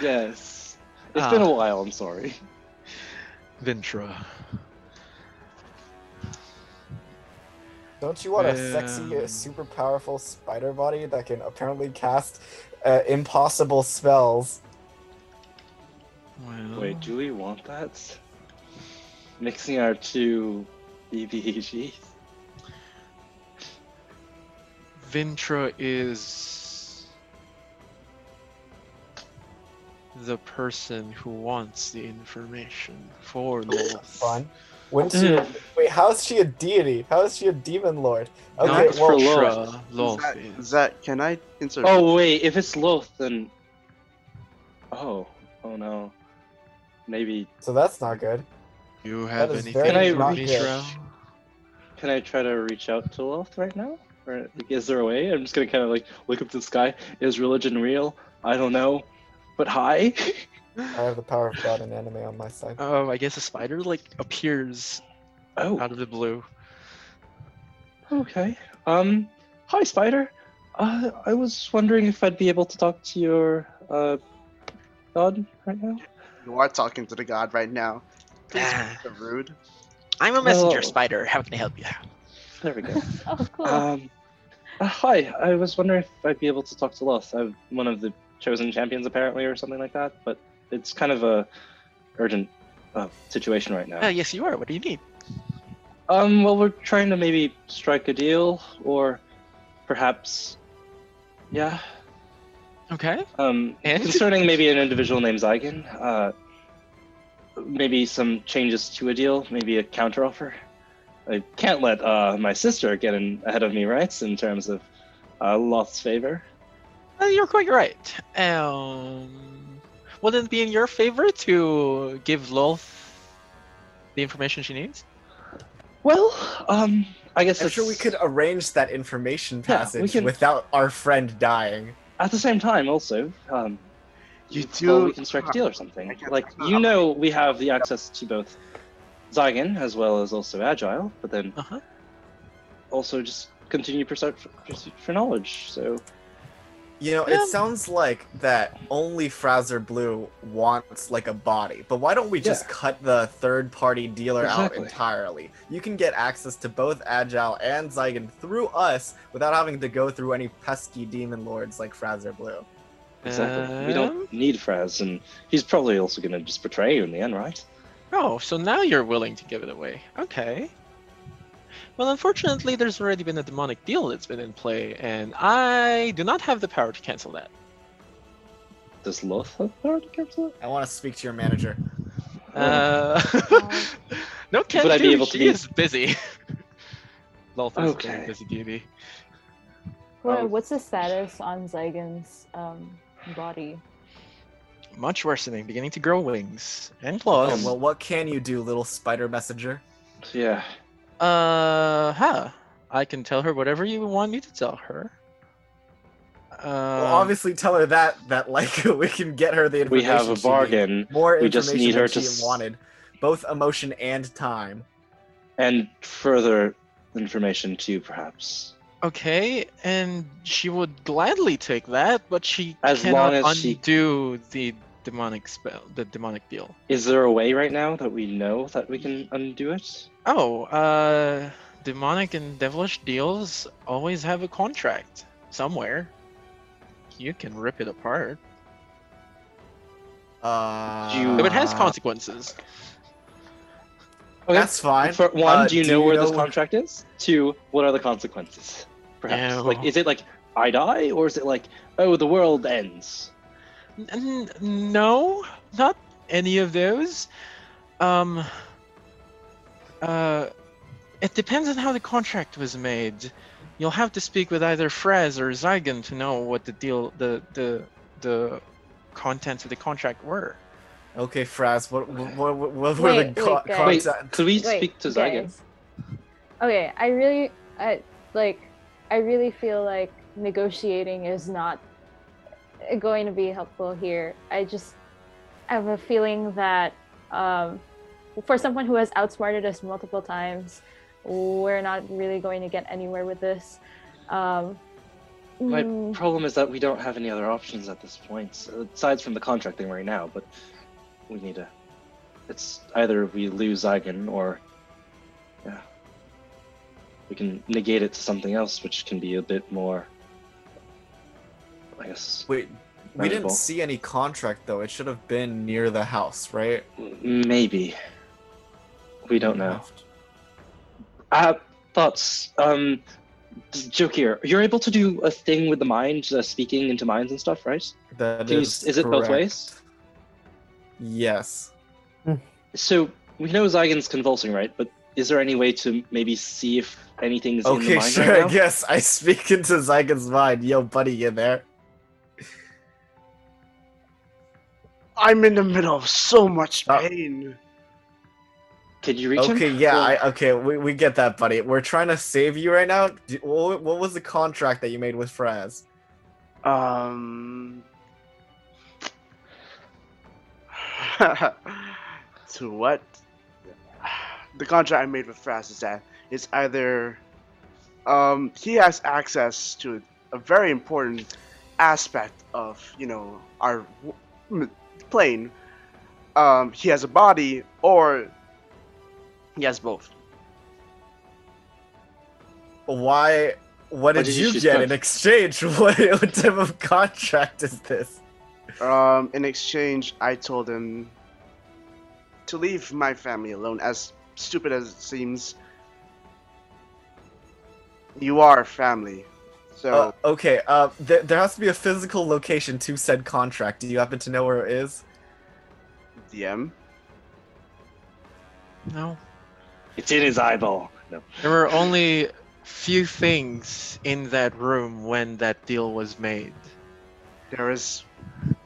yes. It's been Ah. a while, I'm sorry. Ventra. Don't you want a sexy, uh, Um. super powerful spider body that can apparently cast uh, impossible spells? Well, Wait, do we want that? Mixing our two E BBEGs? Ventra is the person who wants the information for Lolth. Fun. Wouldn't she? Uh, Wait, how is she a deity? How is she a demon lord? Okay, Not well, for- Ventra, Zach, Lolth is. Zach, can I insert? Oh wait, if it's Loth, then oh, oh no, maybe so that's not good. Do you have is anything very for not me, good. Drow? can I try to reach out to Loth right now? Or like, is there a way? I'm just gonna kind of like look up to the sky. Is religion real? I don't know, but hi. I have the power of God and anime on my side. Um, I guess a spider like appears oh, out of the blue. okay. Um, hi, Spider. Uh, I was wondering if I'd be able to talk to your uh god right now. You are talking to the god right now. Please Ah. be so rude. I'm a messenger No. spider. How can I help you? There we go. Oh, cool. Um, uh, hi, I was wondering if I'd be able to talk to Loth. I'm one of the chosen champions, apparently, or something like that. But it's kind of a urgent uh, situation right Ah, now. yes, you are. What do you need? Um, well, we're trying to maybe strike a deal, or perhaps, yeah, Okay. um, And? concerning maybe an individual named Zygon. Uh, maybe some changes to a deal, maybe a counteroffer. I can't let uh, my sister get in ahead of me, right? In terms of uh, Loth's favor. Uh, you're quite right. Um, wouldn't it be in your favor to give Lolth the information she needs? Well, um, I guess I'm it's- sure we could arrange that information Yeah, we passage can- without our friend dying. At the same time, also, um, You well, do. we can strike a deal or something. I can't- Like I'm you not- know, we have the access to both Zygon as well as also Agile, but then Uh huh. also just continue pursuit for, pursuit for knowledge. So You know, Yeah. it sounds like that only Fraser Blue wants like a body, but why don't we just Yeah. cut the third party dealer out Exactly. entirely? You can get access to both Agile and Zygon through us without having to go through any pesky demon lords like Fraser Blue. exactly, Uh, Um. we don't need Fraz, and he's probably also going to just betray you in the end, right? Oh, so now you're willing to give it away. Okay. Well, unfortunately, there's already been a demonic deal that's been in play, and I do not have the power to cancel that. Does Loth have power to cancel it? I want to speak to your manager. Uh, Oh. No, can Would I do. be able to she be- is busy. Lolth is a very Okay. busy deity. What, Um, what's the status on Zygon's um, body? Much worsening, beginning to grow wings and claws. Oh, well, what can you do, little spider messenger? Yeah. Uh, huh. I can tell her whatever you want me to tell her. Um, Well, obviously, tell her that that like we can get her the information. We have a she needs. bargain More We just information need her than to she s- wanted, both emotion and time. and further information too, perhaps. Okay, and she would gladly take that, but she As cannot long as she- undo the demonic spell, the demonic deal. Is there a way right now that we know that we can undo it? Oh, uh, demonic and devilish deals always have a contract somewhere. You can rip it apart, Uh, You- but it Ah. has consequences. That's fine. For one, Uh, do you know where this contract is? Two, what are the consequences? Perhaps. Ew. Like, is it like I die, or is it like oh the world ends? N- n- no, not any of those. Um, uh, it depends on how the contract was made. You'll have to speak with either Frez or Zygon to know what the deal, the the the contents of the contract were. Okay, Fraz. What what what, what, what were the Wait, co- wait, guys. Wait, content? could we speak to Zygon? guys. Okay, I really, I like, I really feel like negotiating is not going to be helpful here. I just have a feeling that um, for someone who has outsmarted us multiple times, we're not really going to get anywhere with this. Um, My mm, problem is that we don't have any other options at this point, so, aside from the contract thing right now. But we need to. It's either we lose Eigen or yeah, we can negate it to something else, which can be a bit more. I guess Wait, we didn't Manageable. see any contract though. It should have been near the house, right? maybe we don't know. Uh, thoughts. Um, joke here. You're able to do a thing with the mind, uh, speaking into minds and stuff, right? That Can you- is. is it both correct. ways? Yes. So we know Zygon's convulsing, right? But is there any way to maybe see if anything is in the Okay, mind sure. right I now? guess I speak into Zygon's mind. Yo, buddy, you there? I'm in the middle of so much Uh, pain. Can you reach him? Okay, yeah. Or- I, okay, we, we get that, buddy. We're trying to save you right now. Do- What, what was the contract that you made with Fraz? Um. to what? The contract I made with Fras is that it's either, um, he has access to a very important aspect of you know our w- m- plane. Um, he has a body, or he has both. Why? What did, did you you, choose get first? in exchange? What, what type of contract is this? Um, in exchange, I told him to leave my family alone, as stupid as it seems. You are family. So, Uh, okay, uh, th- there has to be a physical location to said contract. Do you happen to know where it is? DM. No, It's in his eyeball. No. there were only few things in that room when that deal was made. There is. can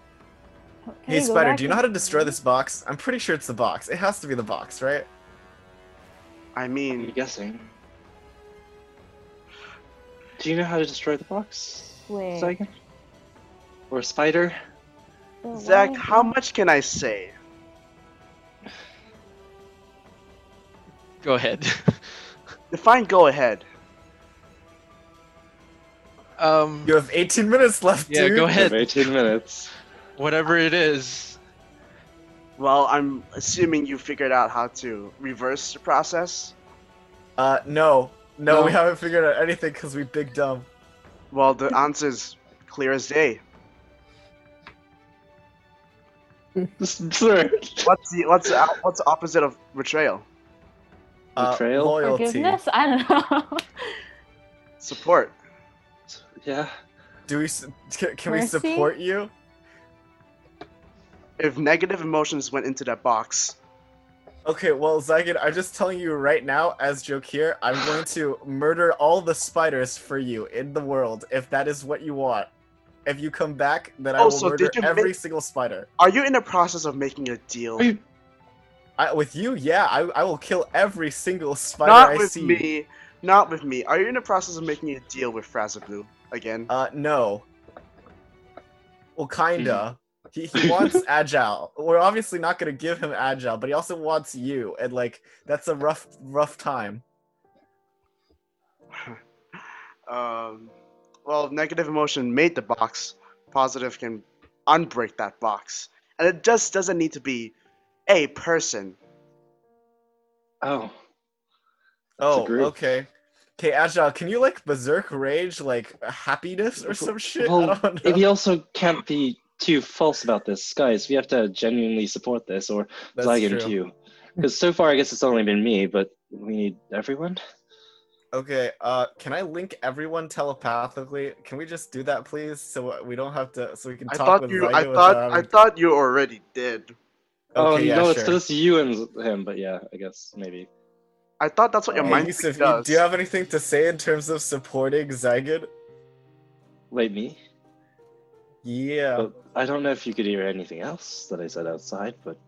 hey, we go Spider, back do you know how to and- destroy this box? I'm pretty sure it's the box. It has to be the box, right? I I'm mean, guessing. Do you know how to destroy the box, Wait, Zygon? Or a spider? so why Zach, is how it- much can I say? Go ahead. Define go ahead. um, You have 18 minutes left, Yeah, dude. go We have ahead. 18 minutes. Whatever it is. Well, I'm assuming you figured out how to reverse the process. Uh, no. No, No. we haven't figured out anything because we big dumb. Well, the answer's clear as day. This is absurd. What's the what's the, op- what's the opposite of betrayal? Uh, Betrayal? Loyalty. Forgiveness? I don't know. Support. Yeah. Do we? s- Can, can we Mercy? support you? If negative emotions went into that box, Okay, well, Zygon, I'm just telling you right now, as Jokir, I'm going to murder all the spiders for you in the world, if that is what you want. If you come back, then I Oh, will so murder did you every make- single spider. Are you in the process of making a deal? Are you- I, with you, yeah, I, I will kill every single spider Not I with see. me. Not with me. Are you in the process of making a deal with Frazzablu again? Uh, no. Well, kinda. He, he wants agile. We're obviously not gonna give him agile, but he also wants you, and like that's a rough, rough time. Um, well, negative emotion made the box. Positive can unbreak that box, and it just doesn't need to be a person. Oh, a Oh, group. okay. Okay, agile. Can you like berserk rage, like happiness or some shit? Well, I don't know. we also can't be too false about this, guys. We have to genuinely support this, or That's Zygon true. too. Because so far, I guess it's only been me, but we need everyone. Okay. Uh, can I link everyone telepathically? Can we just do that, please, so we don't have to, so we can I talk thought with you. Zygon I without thought. I having- thought you already did. oh yeah, no, sure. it's just you and him. But yeah, I guess maybe. I thought that's what your Hey, mind Yusuf, freak you- does. do you have anything to say in terms of supporting Zygon? Wait, me? Yeah. But I don't know if you could hear anything else that I said outside, but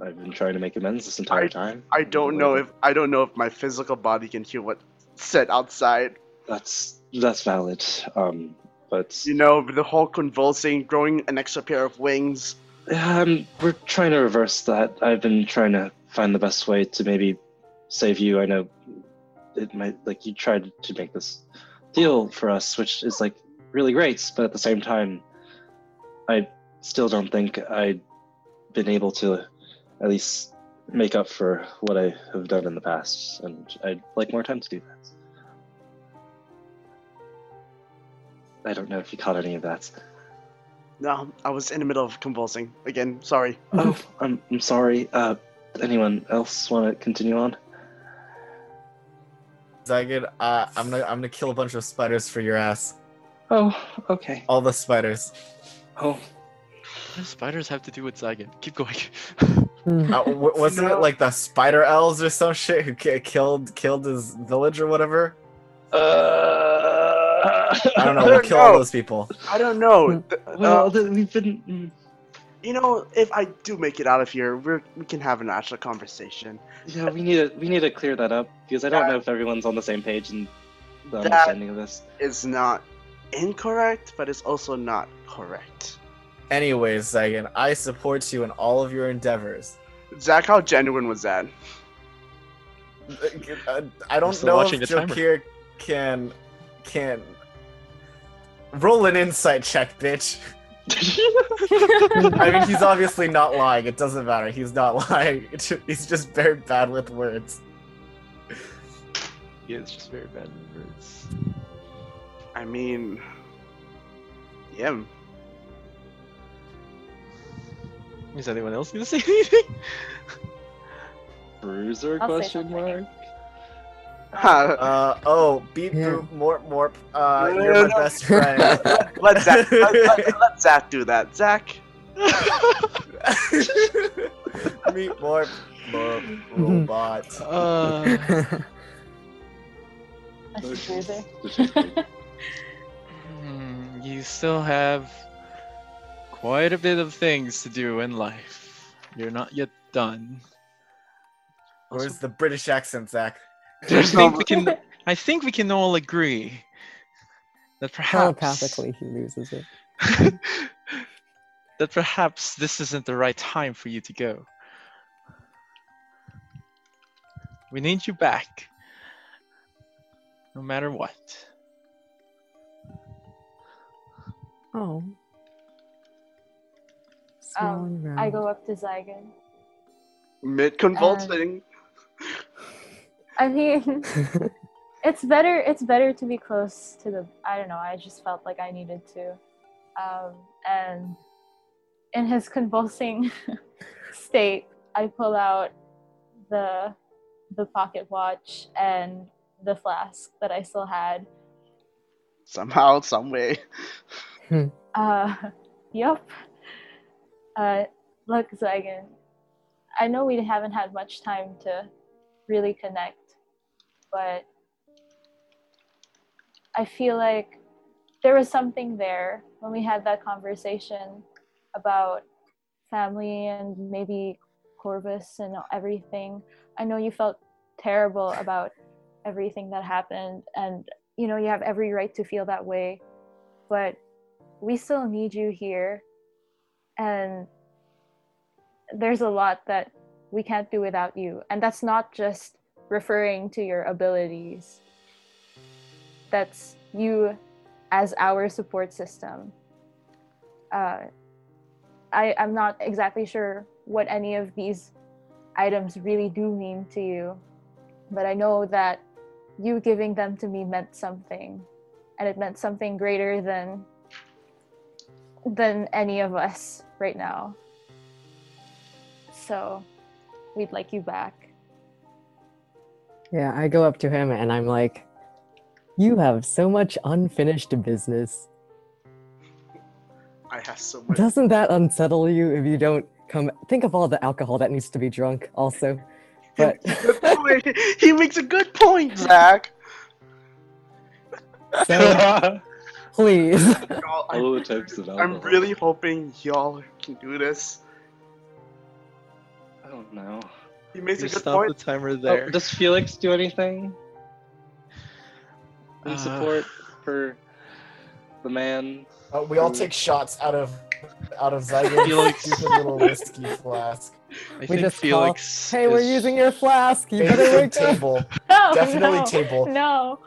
I've been trying to make amends this entire time. I don't know if I don't know if my physical body can hear what said outside. that's that's valid. Um, but You know, the whole convulsing, growing an extra pair of wings. um, we're trying to reverse that. I've been trying to find the best way to maybe save you. I know it might like you tried to make this deal for us, which is like really great, but at the same time, I still don't think I've been able to at least make up for what I have done in the past, and I'd like more time to do that. I don't know if you caught any of that. No, I was in the middle of convulsing again. Sorry. Oh, I'm, I'm sorry. Uh, anyone else want to continue on? Zygon, uh, I'm gonna I'm gonna kill a bunch of spiders for your ass. Oh, okay. All the spiders. Oh, What do spiders have to do with Zygon? Keep going. Hmm. Uh, w- wasn't it like the spider elves or some shit who ki- killed killed his village or whatever? uh, I don't know. I We'll don't kill all know. those people. I don't know. Th- Well, uh, th- we've been. mm, you know, if I do make it out of here, we're, we can have an actual conversation. Yeah, we need to we need to clear that up because I don't know if everyone's on the same page in the That- understanding of this. It's not incorrect, but it's also not correct. Anyways, Zygon, I support you in all of your endeavors. Zach, how genuine was that? Uh, I don't still know if watching the timer. Jokir can can roll an insight check, bitch. I mean, he's obviously not lying. It doesn't matter. He's not lying. He's just very bad with words. yeah, it's just very bad words. I mean, yeah. Is anyone else gonna say anything? Bruiser I'll say question mark? Oh, something. Ha, Uh oh, beat Yeah. boop morp morp. Uh, No, you're my no, no. best friend. let Zach. Let, let- let Zach do that. Zach. Meet morp morp robot. Uh, Mm-hmm. Bruiser. hmm, you still have quite a bit of things to do in life. You're not yet done. Where's the British accent, Zach? I think no- we can. I think we can all agree that perhaps Telepathically, he loses it. that perhaps this isn't the right time for you to go. We need you back, no matter what. Oh. Um, Smiling I round. go up to Zygon. Mid convulsing. I mean, it's better. It's better to be close to the. I don't know. I just felt like I needed to, um, and in his convulsing state, I pull out the the pocket watch and the flask that I still had. Somehow, some way. Uh, yep. Uh, look, Zygon. I know we haven't had much time to really connect, but I feel like there was something there when we had that conversation about family and maybe Corvus and everything. I know you felt terrible about everything that happened, and you know, you have every right to feel that way, but we still need you here. And there's a lot that we can't do without you. And that's not just referring to your abilities, that's you as our support system. Uh, I, I'm not exactly sure what any of these items really do mean to you, but I know that you giving them to me meant something, and it meant something greater than than any of us right now. So, we'd like you back. Yeah, I go up to him and I'm like, You have so much unfinished business. I have so much. Doesn't that unsettle you if you don't come? Think of all the alcohol that needs to be drunk, also. But Good point. he makes a good point, Zach. so, please. Y'all, I'm, All the types of I'm Oh. alcohol. really hoping y'all can do this. I don't know. He makes You a good stop point. the timer Oh, there. does Felix do anything in Uh, support for the man? Uh, we all take shots out of out of Zygon's Felix. stupid little whiskey flask. I We think just call, Felix. Hey, we're is- using your flask. You Baby better food wake up. table. No, Definitely Oh, no, table. no.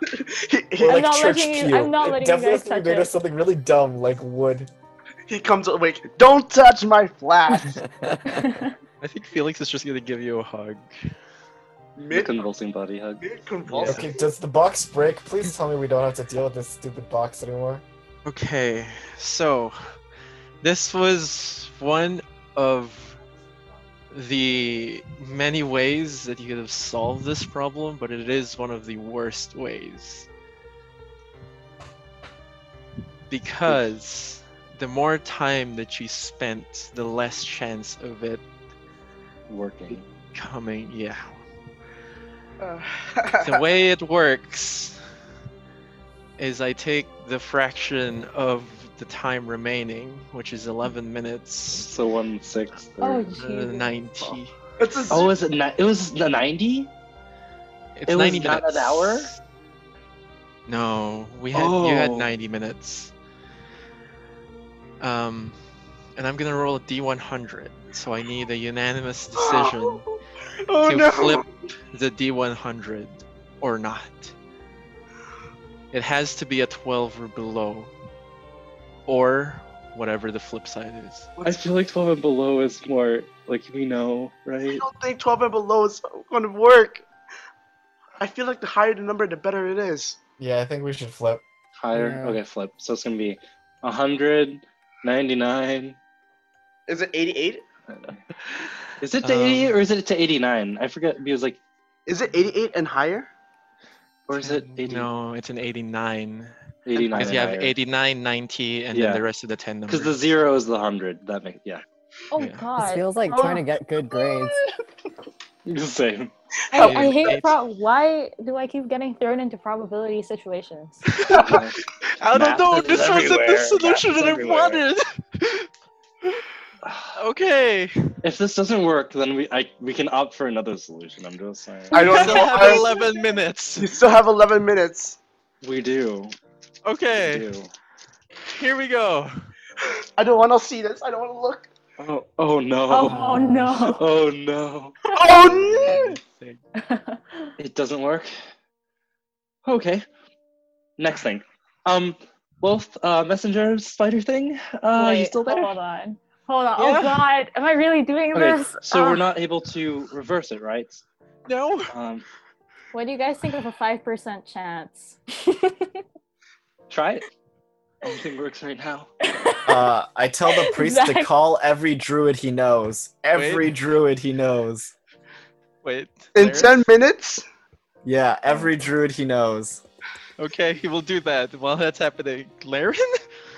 he, Or he, I'm like not church letting you- pew. I'm not letting you Definitely guys has to be touch made of it. something really dumb like wood. he comes awake. Don't touch my flask. I think Felix is just gonna give you a hug. The Mid, convulsing body hug. mid convulsion. Okay, does the box break? Please tell me we don't have to deal with this stupid box anymore. Okay, so this was one of the many ways that you could have solved this problem, but it is one of the worst ways. Because the more time that you spent, the less chance of it Working. coming. Yeah. the Uh, way it works is I take the fraction of the time remaining, which is 11 minutes, So one six. Oh, or- uh, Jesus. 90. it's a Oh, is it? Ni- it was the ninety. It's It was 90 not an minutes. hour? No, we had you had Oh. 90 minutes. Um, and I'm gonna roll a D100, so I need a unanimous decision Oh to no! flip the D100 or not. It has to be a 12 or below, or whatever the flip side is. I feel like twelve and below is more like we know, I right? don't think 12 and below is going to work. I feel like the higher the number, the better it is. Yeah, I think we should flip. Higher. Yeah. Okay, flip. So it's gonna be hundred, ninety-nine. Is it 88? Is it to Um, 88 or is it to 89? I forget because like Is it 88 and higher? or is it 80, No, it's an 89. 89? Because you have 89, 90, and Yeah. then the rest of the 10 numbers. Because the zero is the hundred. That makes yeah. Oh Yeah. This God. feels like trying to get Oh good grades. The same. I, How I you hate relate. pro- why do I keep getting thrown into probability situations? Yeah. I Math is everywhere. Math is everywhere. okay. If this doesn't work, then we I, we can opt for another solution. I'm just saying. I don't still know. have I- 11 minutes. You still have 11 minutes. We do. Okay, We do. here we go. I don't want to see this. I don't want to look. Oh, oh no. Oh, no. Oh no. Oh, Thing. It doesn't work. Okay. Next thing. Um, Wolf, uh, messenger spider thing. Uh, you Wait, still there? Hold on. Hold on. Yeah. Oh God. Am I really doing Okay, this? so Ah. we're not able to reverse it, right? No. Um, What do you guys think of a five percent chance? try it. Everything works right now. Uh, I tell the priest to Zach. call every druid he knows. Every Wait. druid he knows. Wait. no. In there. 10 minutes? Yeah, every druid he knows. Okay, he will do that while that's happening. Laren?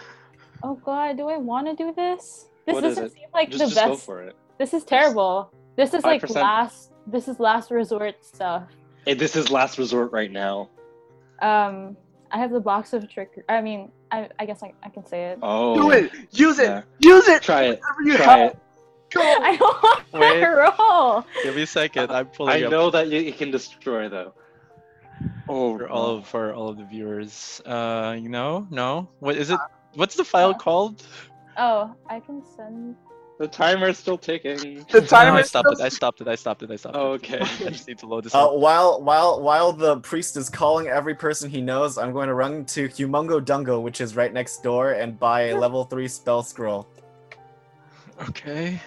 oh God. Do I want to do this? This What is doesn't it? seem like just the just go best. for it. This is terrible. This is like 5%. last. This is last resort stuff. Hey, this is last resort right now. Um, I have the box of trick. I mean, I, I guess I, I can say it. Oh, Do it. Use it. yeah. Use it. Try it. Whatever you Try have. it. Go. I don't want Wait. to roll. Give me a second. I'm pulling I up know that you, it can destroy though. Oh, for all of for all of the viewers. Uh, you know, no. What is it? What's the file Uh, Yeah. called? Oh, I can send. the timer's still ticking. The No, timer I stopped it. still- I stopped it. I stopped it. I stopped Oh, it. okay. I just need to load this Uh, up. while while while the priest is calling every person he knows, I'm going to run to Humongo Dungo, which is right next door, and buy a level three spell scroll. Okay.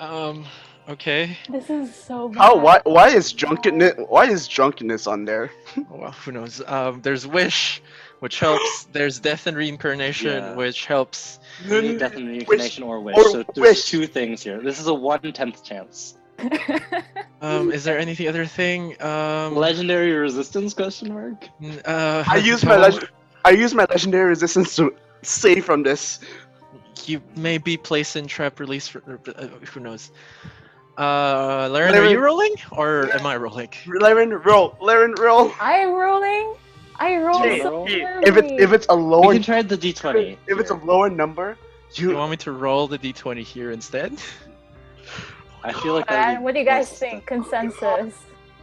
Um. Okay. This is so. Bad. Oh, How? Why? Why is drunkenness? Why is drunkenness on there? Oh, Well, who knows? Um. There's wish, which helps. there's death and reincarnation, Yeah. which helps. You need death and reincarnation or wish. or so there's wish. two things here. This is a one tenth chance. Um. Is there anything other thing? Um. Legendary resistance question mark? n- uh, I use my no. leg- I use my legendary resistance to save from this. You may be placed in trap release for. Uh, who knows? Uh, Laren, are Laren- you rolling or am I rolling? Laren, roll. Laren, roll. I'm rolling. I roll Gee, so gee, Oh, If it poorly. if it's a We lower can try the d20. if it's a here. lower number, You you want me to roll the d20 here instead? I feel like that would Man, be what do you guys most- think? Consensus.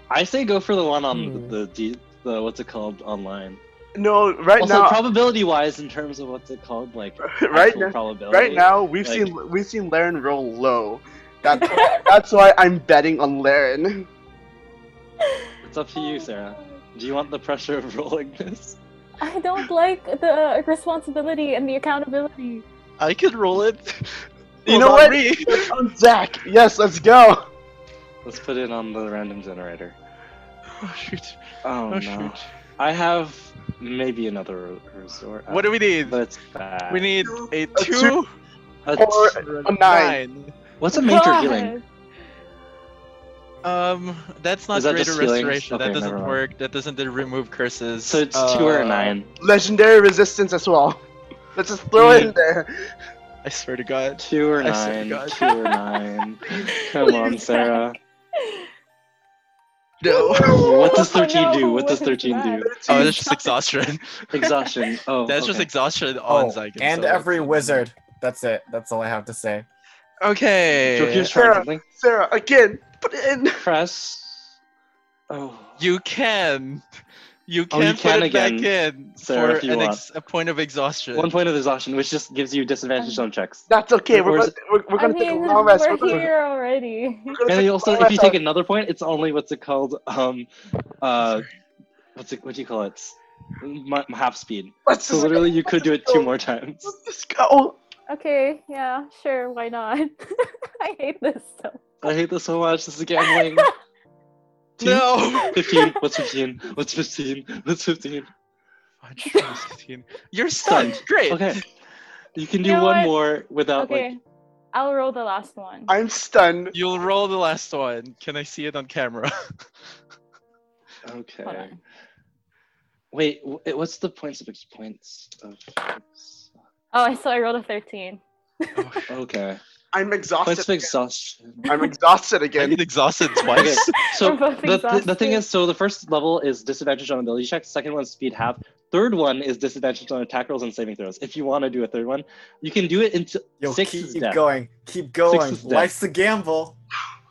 I say go for the one on Hmm. the, d the what's it called online. no right also, now probability wise, in terms of what's it called, like right actual now probability. right now we've like- seen we've seen Laren roll low. That, that's why I'm betting on Laren. it's up to you, Sarah. Do you want the pressure of rolling this? I don't like the responsibility and the accountability. I could roll it. You Well, know what? not me. on Zach. Yes, let's go. Let's put it on the random generator. Oh shoot. Oh, Oh, no. shoot. I have maybe another re- resort. What do we need? But uh, it's bad. We need a A two- two A t- Or a nine. What's a major God. healing? Um, that's not Is that greater just healing? restoration. Okay, that never doesn't mind. work. That doesn't do remove curses. So it's two or a Uh, nine. Legendary resistance as well. Let's just throw it in there. Uh, I swear to God. Two or I swear to nine. God. Two or nine. Come on, Sarah. No. What does Oh, 13 do? no, What does is 13 that? do? Oh, that's just exhaustion. Exhaustion. Oh, That's just okay. exhaustion on Oh, Zygon. and so every it's- wizard. That's it. That's all I have to say. So if you're Okay. trying Sarah. something, Sarah again. Put it in. press. Oh. You can. You Oh, can you put can it again, back in Sarah, if for you an want. ex- a point of exhaustion. One point of exhaustion, which just gives you disadvantage on checks. That's okay. We're Or is gonna, we're, we're I gonna take a mean, long rest. we're gonna- here already. we're gonna And take you a also, long if you rest. take another point, it's only what's it called? Um, uh, what's it? What do you call it? M- half speed. Let's So just, literally, you could do it two more times. let's just go. Okay, yeah, sure, why not? I hate this stuff. I hate this so much. This is gambling. No. 15. What's 15? What's 15? What's 15? Oh, You're stunned. Great. Okay. You can do You know one what? more without Okay, like. I'll roll the last one. I'm stunned. You'll roll the last one. Can I see it on camera? Okay. Hold on. Wait, wh- what's the points of ex- points of? ex- Oh, I saw I rolled a 13. Okay. I'm Points of exhausted. exhaustion. I'm exhausted I again. get exhausted Okay. twice. So We're both the, th- the thing exhausted. is, so the first level is disadvantage on ability checks. Second one is speed half. Third one is disadvantage on attack rolls and saving throws. If you want to do a third one, you can do it until Yo, six keep is death. going. Keep going. is death. Life's a gamble.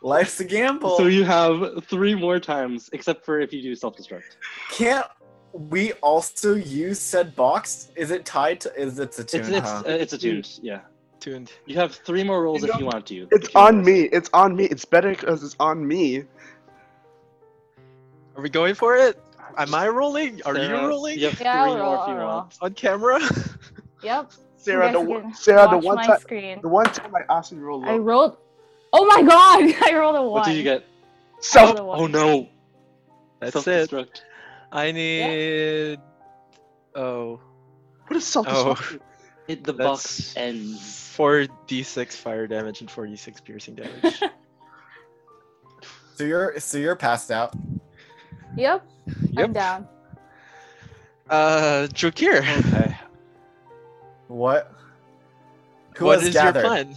Life's a gamble. Oh. So you have three more times, except for if you do self-destruct. Can't we also use said box? Is it tied to? Is it a tune? It's it's huh? uh, it's attuned. Yeah. Tuned. You have three more rolls You if know, you want to. It's if you on want. me. It's on me. It's better because it's on me. Are we going for it? Am I rolling? Are you Sarah, rolling? You have Yeah, I'll three more if roll, you I'll roll. want. On camera? Yep. you Sarah, guys the can one- Sarah, the watch one my time, screen. the one time I asked you to roll I low. rolled. Oh my god! I rolled a 1. What do you get? I Self rolled a one. Oh no! That's it. self-destruct. I need. Oh. What is self Oh. It, the That's box ends. 4d6 fire damage and 4d6 piercing damage. So you're so you're passed out. Yep, I'm Yep. down. Uh, Oh, Jokir, Okay. What? Who what has is gathered? your plan?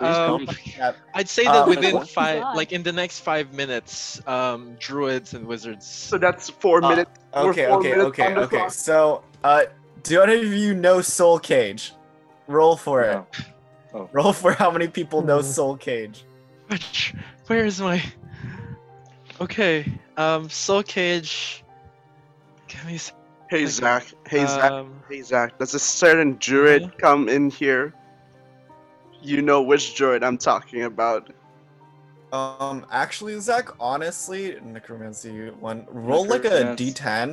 Um, Yeah. I'd say Uh, that within what? five, God. like in the next five minutes, um, druids and wizards. So that's four Uh, minutes. We're Okay, four okay, minutes okay, on the okay. clock. So, uh, do any of you know Soul Cage? Roll for it. No. Oh. Roll for how many people know Mhm. Soul Cage. Which- Where is my? Okay. Um, Soul Cage. Give me. a sec- Hey Okay. Zach. uh, Hey Zach. Um, Hey Zach. Does a certain druid Yeah. come in here? You know which druid I'm talking about. Um, actually, Zach, honestly, necromancy one. Roll like a Necromancy. d10.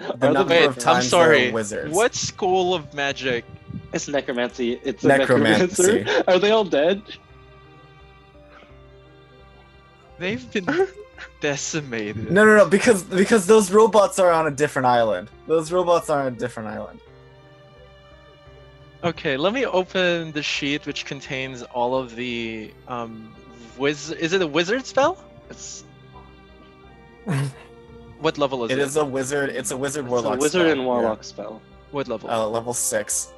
Are The the number wait, of wizards- times I'm sorry. there are wizards. what school of magic? It's necromancy. It's a Necromancy. necromancer. Are they all dead? They've been decimated. No, no, no. Because because those robots are on a different island. Those robots are on a different island. Okay, let me open the sheet which contains all of the um wiz is it a wizard spell? It's what level is it? It is a wizard. It's a wizard It's warlock. a wizard spell. and warlock spell. what level? Yeah. Uh, level six.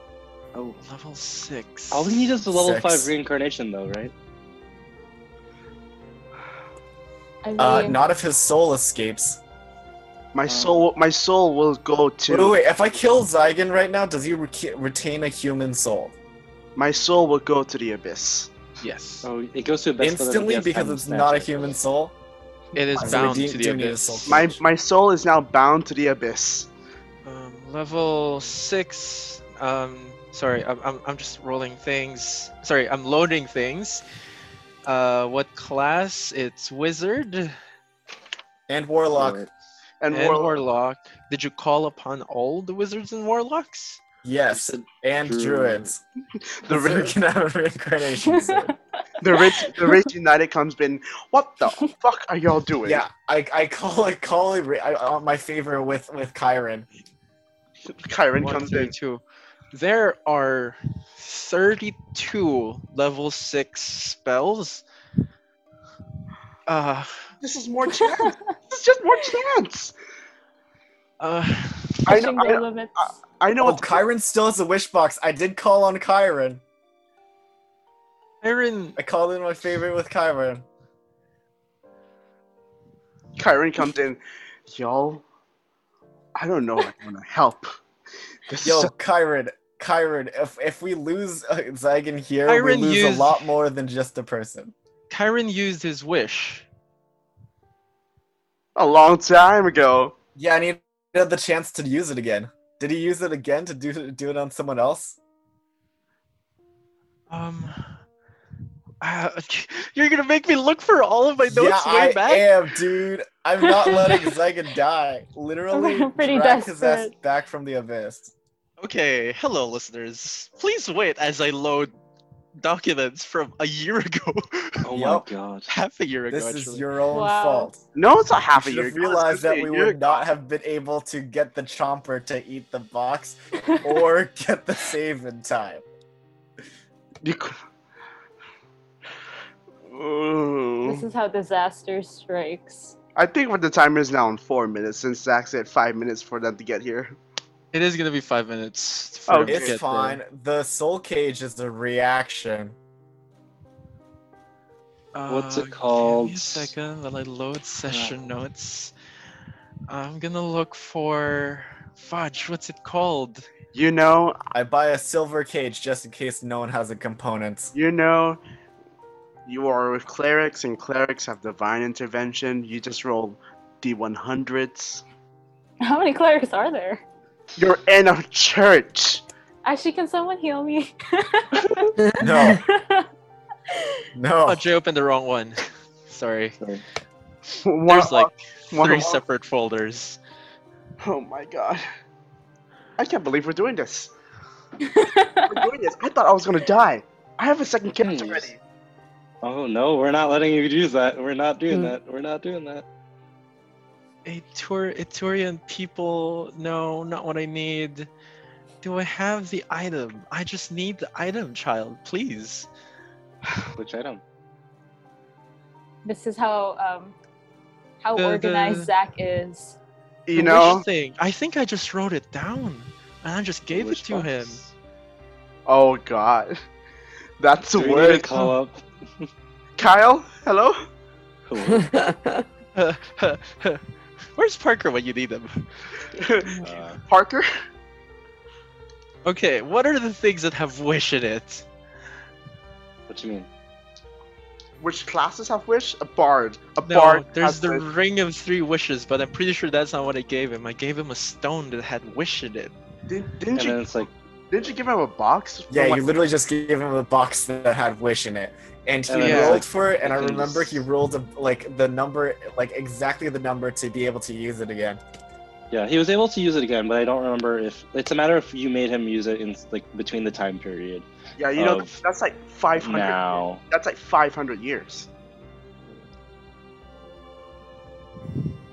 Oh. level six. All we need is the Six. level five reincarnation, though, right? I mean, Uh, not if his soul escapes. My Uh, soul. My soul will go to. Wait, wait, wait, if I kill Zygon right now, does he re- retain a human soul My soul will go to the abyss. Yes. Oh, it goes to a best instantly because it's not a human soul? It is So we bound do- to the do need a abyss. soul. My my soul is now bound to the abyss. Um, level six. Um, sorry, I'm, I'm, I'm just rolling things. Sorry, I'm loading things. Uh, what class? It's wizard And warlock. And, and, warlock. warlock. Did you call upon all the wizards and warlocks? Yes. And Druid. druids. The so we rich, can have a reincarnation. soul. the rich, the rich united comes in. What the fuck are y'all doing? yeah, I, I call it call it re- I, on my favorite with with Kyron. Kyron One, comes three, in. two. There are 32 level 6 spells. Uh, This is more chance. it's just more chance. uh, I know. pushing I, their know- Uh, limits. I know Oh, what. Kyron still has a wish box. I did call on Kyron. Aaron, I called in my favorite with Kyron. Kyron comes in. Y'all, I don't know. if I want to help. This Yo, is- Kyron, Kyron, if if we lose uh, Zygon here, we Kyron lose used- a lot more than just a person. Kyron used his wish. a long time ago. Yeah, and he had the chance to use it again. Did he use it again to do do it on someone else? Um, uh, you're gonna make me look for all of my notes yeah, way I back. am, dude. I'm not letting Zygon die. Literally, I'm pretty drag his ass desperate. back from the abyss. Okay, hello, listeners. Please wait as I load documents from a year ago, Oh Yup. my god. half a year ago. This actually. is your own Wow. fault. No, it's not half a we year. should have ago. It's realized that gonna be we a year would ago. not have been able to get the chomper to eat the box or get the save in time. You cou- Ooh. This is how disaster strikes. I think what the timer is now in four minutes since Zach said five minutes for them to get here. It is gonna be five minutes. Oh, for him to It's get there. fine. The soul cage is a reaction. What's Uh, it called? Give me a second while I load session notes. I'm gonna look for fudge. What's it called? You know, I buy a silver cage just in case no one has the components. you know, you are with clerics and clerics have divine intervention. You just roll D100s. How many clerics are there? You're in a church. Actually, can someone heal me? No, Oh. no. Fudge, I opened the wrong one. Sorry. Sorry. One, There's like one- three one- separate folders. Oh my god. I can't believe we're doing this. We're doing this. I thought I was gonna die. I have a second character Jeez. ready. Oh no, we're not letting you do that. We're not doing Hmm. that. We're not doing that. A tour Iturian people. No, not what I need. Do I have the item? I just need the item, child. Please. Which item? this is how um, how The- organized the- Zach is. You The wish know? Thing. I think I just wrote it down, and I just gave it Which to him. box? Oh god. That's the Do we need to word. call up? Kyle, hello? Cool. Where's Parker when you need him? Uh, Parker? Okay, what are the things that have wish in it? what do you mean? Which classes have wish? A bard. A No, bard. there's has the wish. ring of three wishes, but I'm pretty sure that's not what I gave him. I gave him a stone that had wish in it. Did, And didn't you? then it's like, Didn't you give him a box? Yeah, Like- you literally just gave him a box that had wish in it, and he And then, rolled like, for it. And I you can remember just- he rolled a, like the number, like exactly the number to be able to use it again. yeah, he was able to use it again, but I don't remember if it's a matter if you made him use it in like between the time period. yeah, you know of that's like 500. Oh. Now, That's like 500 years.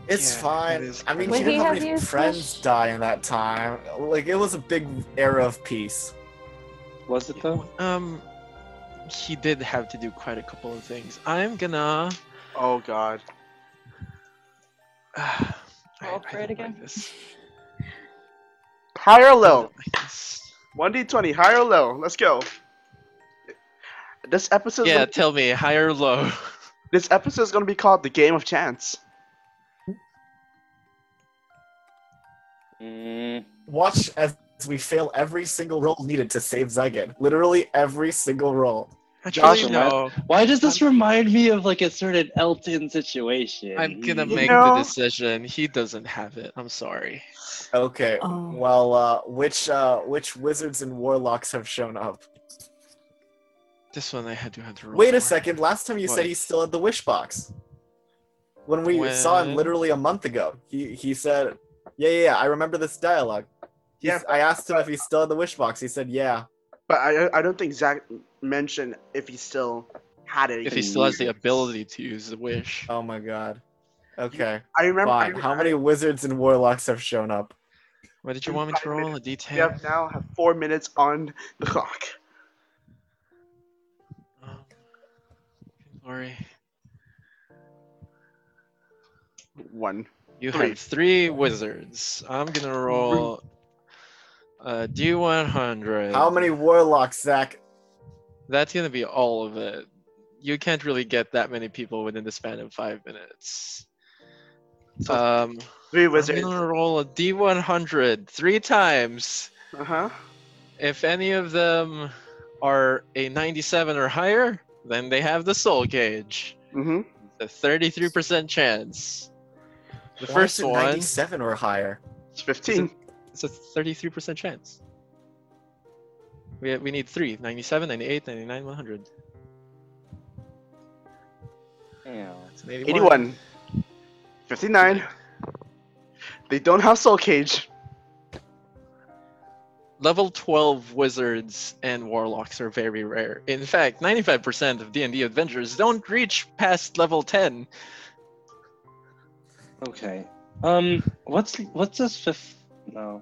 It's Yeah, fine. it is I mean, crazy. you know Would he how have many used friends wish? died in that time? Like, it was a big era of peace. was it though? Um, he did have to do quite a couple of things. I'm gonna. Oh god. I- Roll I for it don't like again. this. High or I low? don't like this. 1d20. High or low? Let's go. This episode. Yeah, tell me, high or low? This episode is gonna be called "The Game of Chance." Mm, Watch as we fail every single roll needed to save Zygon. Literally every single roll. Actually, Josh, no. why does this remind me of like a certain Elton situation? I'm gonna Hmm. make know- the decision. He doesn't have it. I'm sorry. Okay. Oh. Well, uh, which uh, which wizards and warlocks have shown up? This one I had to had to roll Wait a for. second. Last time you What? said he still had the wish box. When we saw him When? literally a month ago, he he said, "Yeah, yeah, yeah I remember this dialogue." He- Yeah. I asked him if he still had the wish box. He said, "Yeah." But I, I don't think Zach mentioned if he still had it. If he still has the ability to use the wish. Oh my god. Okay. I remember. I Fine. re- How many wizards and warlocks have shown up? What did you want me to five roll? A We D10? have now have four minutes on the clock. Um, Lori, One. you Three. have three wizards. I'm gonna roll uh, a D100. How many warlocks, Zach? That's gonna be all of it. You can't really get that many people within the span of five minutes. So- um, Three I'm wizards. gonna roll a D100 three times. Uh huh. If any of them are a 97 or higher, then they have the soul gauge. Mhm. The 33% chance. The Why first is it one, 97 or higher. It's 15. it's a 33% chance. We, we need three 97, 98, 99, 100. Yeah. It's an 81. 81. 59. They don't have soul cage. level 12 wizards and warlocks are very rare in fact 95% of d&d adventures don't reach past level 10 Okay. Um, what's what's this fifth? No.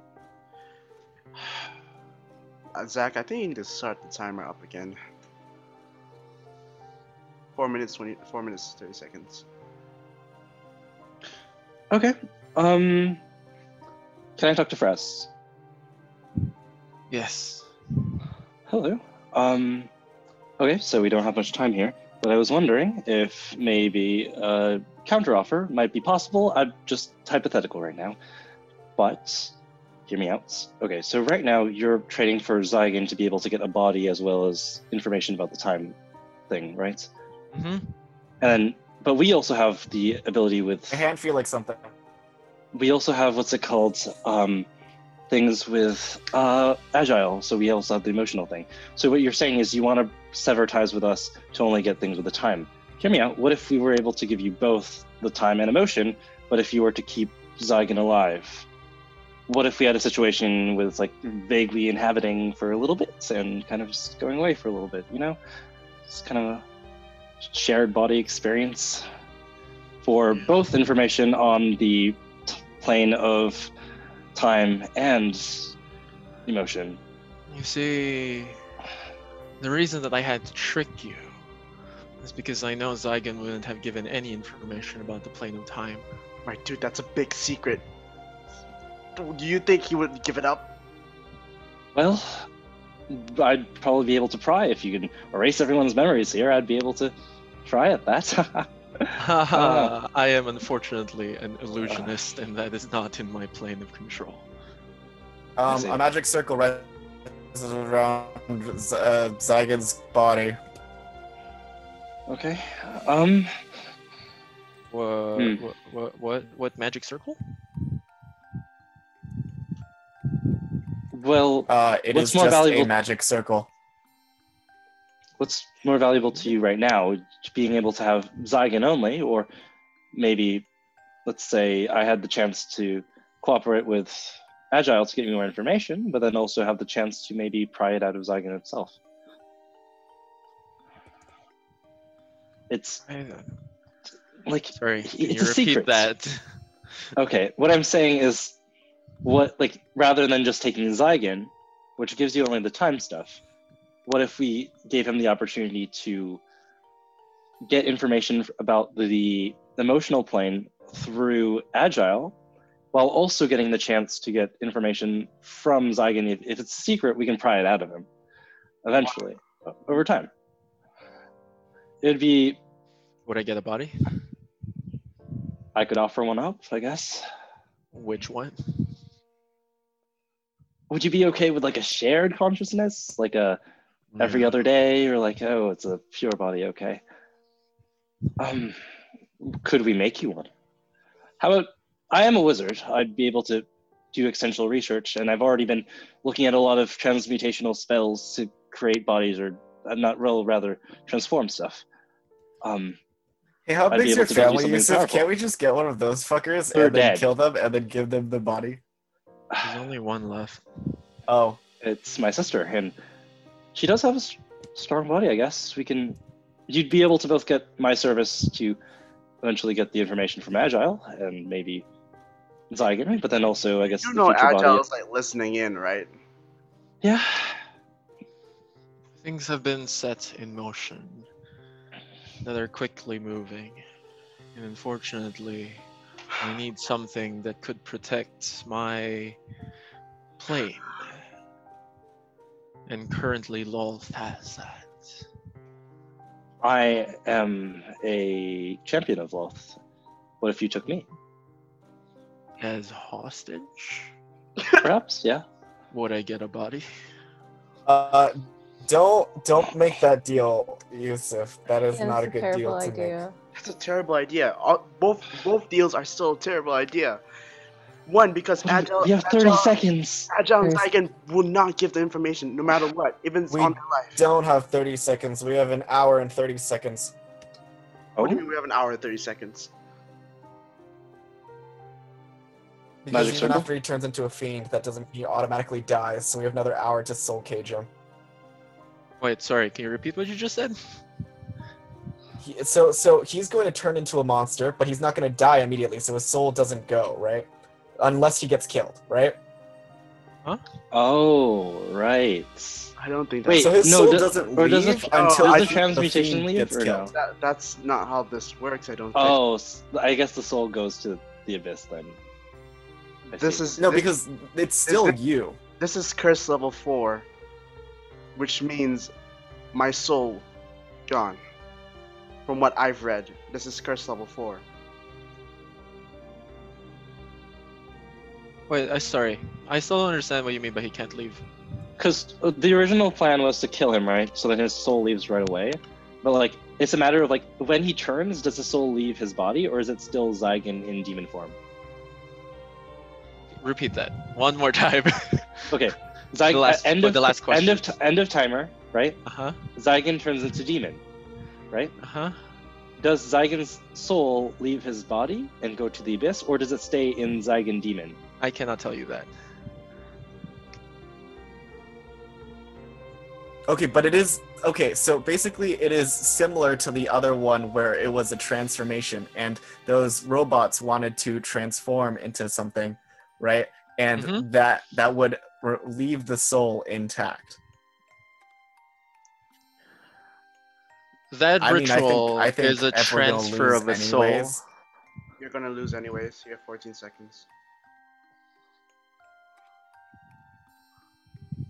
Uh, Zach, I think you need to start the timer up again. Four minutes, 20, four minutes, 30 seconds. Okay. Um, can I talk to Fress? yes Hello. Um, okay, so we don't have much time here, but I was wondering if maybe a counteroffer might be possible. I'm just hypothetical right now, but hear me out. Okay, so right now you're trading for Zygon to be able to get a body as well as information about the time thing, right? hmm And but we also have the ability with I hand Felix something. we also have what's it called um, things with uh, agile so we also have the emotional thing so what you're saying is you want to sever ties with us to only get things with the time hear me out what if we were able to give you both the time and emotion but if you were to keep zygon alive what if we had a situation with like vaguely inhabiting for a little bit and kind of just going away for a little bit you know it's kind of a shared body experience for both information on the t- plane of time and emotion. you see the reason that i had to trick you is because i know zygon wouldn't have given any information about the plane of time My dude, that's a big secret. Do you think he would give it up? Well, I'd probably be able to pry if you can erase everyone's memories here. I'd be able to try at that. Haha, Uh, I am unfortunately an illusionist, and that is not in my plane of control. I Um, see. a magic circle rests around uh, Zygon's body. okay. Um. What, Hmm. what, what, what, what magic circle? Well, Uh, it is What's more just valuable- a magic circle. what's more valuable to you right now? Being able to have Zygon only, or maybe, let's say, I had the chance to cooperate with Agile to get me more information, but then also have the chance to maybe pry it out of Zygon itself. It's like uh, Sorry, It's can you a repeat secret. that? Okay, what I'm saying is, what like rather than just taking Zygon, which gives you only the time stuff, what if we gave him the opportunity to get information f- about the emotional plane through Agile, while also getting the chance to get information from Zygon? If, if it's secret, we can pry it out of him eventually o- over time. It'd be Would I get a body? I could offer one up, I guess. Which one? would you be okay with like a shared consciousness like a every Yeah. other day or like oh it's a pure body okay um could we make you one how about i am a wizard i'd be able to do essential research and i've already been looking at a lot of transmutational spells to create bodies or uh, not real rather transform stuff um Hey, how I'd big's be able your to build you family, something Yusuf? powerful. Can't we just get one of those fuckers They're and then dead. kill them and then give them the body? There's only one left. Oh, it's my sister and she does have a s- strong body i guess we can you'd be able to both get my service to eventually get the information from agile and maybe Zygon, but then also i guess You the know, future Agile body is like listening in, right? yeah Things have been set in motion. Now they're quickly moving. And unfortunately, I need something that could protect my plane. And currently, Lolth has that. i am a champion of loth what if you took me As hostage? perhaps yeah Would I get a body? uh, don't don't make that deal, Yusuf. That is Yeah, not that's a good terrible deal to idea. That's a terrible idea. All, both both deals are still a terrible idea. One because Agile, you have 30 Agile, seconds Agile and There's- Zygon will not give the information no matter what, even if it's We- on their life. make. Don't have 30 seconds. We have an hour and 30 seconds. What do you oh mean we have an hour and thirty seconds? Because Magic even circle? after he turns into a fiend, that doesn't mean he automatically dies. So we have another hour to soul cage him. Wait, sorry, can you repeat what you just said? He, so so he's going to turn into a monster, but he's not going to die immediately. So his soul doesn't go right, unless he gets killed, right? oh right I don't think that's wait so his no soul do- doesn't or leave does the- until oh, I does the the transmutation fiend leave gets or no killed. that, that's not how this works. I don't think. Oh, s- I guess the soul goes to the abyss then. I this see. is No, this- because it's still this- you. This is curse level four, which means my soul gone. From what I've read, this is curse level four. Wait, I sorry. I still don't understand what you mean by he can't leave. because the original plan was to kill him, right? So that his soul leaves right away. But like, it's a matter of like when he turns, does the soul leave his body, or is it still Zygon in demon form? Repeat that one more time. Okay, Zygon. The last- end but of the last end of question. ti- end of timer, right? uh huh. Zygon turns into demon, right? Uh huh. Does Zygon's soul leave his body and go to the abyss, or does it stay in Zygon demon? I cannot tell you that. Okay, but it is okay. So basically, it is similar to the other one where it was a transformation, and those robots wanted to transform into something, right? And Mhm. that that would re- leave the soul intact. That I mean, I ritual think I think is a if we're gonna transfer lose of a soul. anyways- You're gonna lose anyways. You have 14 seconds.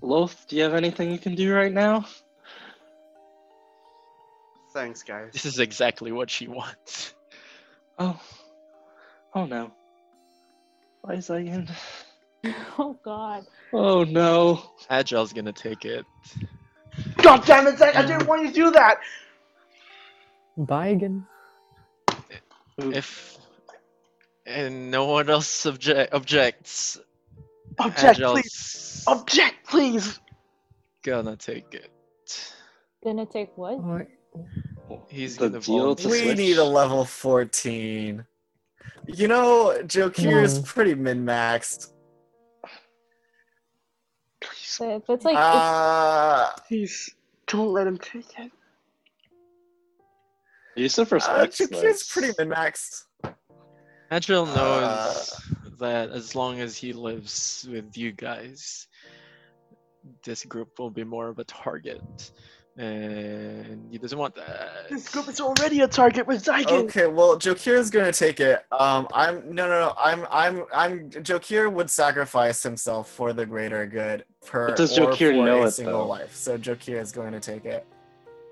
Loth, do you have anything you can do right now? Thanks, guys. This is exactly what she wants. Oh. Oh no. Why is Zygon? Oh God. Oh no. Agile's gonna take it. God damn it, Zach! I didn't want you to do that. Bye again. If and no one else obje- objects, Object, Agile's please. Object, please. gonna take it. Gonna take what? He's The gonna deal to volunteer. switch. We need a level 14. You know, Jokir is Hmm. pretty min maxed. That- That's like Ah. it's- Uh, Please don't let him take it. Yusuf uh, respects. Jokir's this. pretty min maxed. Agile knows Uh. that as long as he lives with you guys, this group will be more of a target, and he doesn't want that. This group is already a target with Zygon. Okay, well, Jokir is gonna take it. Um, I'm no, no, no. I'm, I'm, I'm. Jokir would sacrifice himself for the greater good. Per But does or Jokir for know a it, single though? life? So Jokir is going to take it.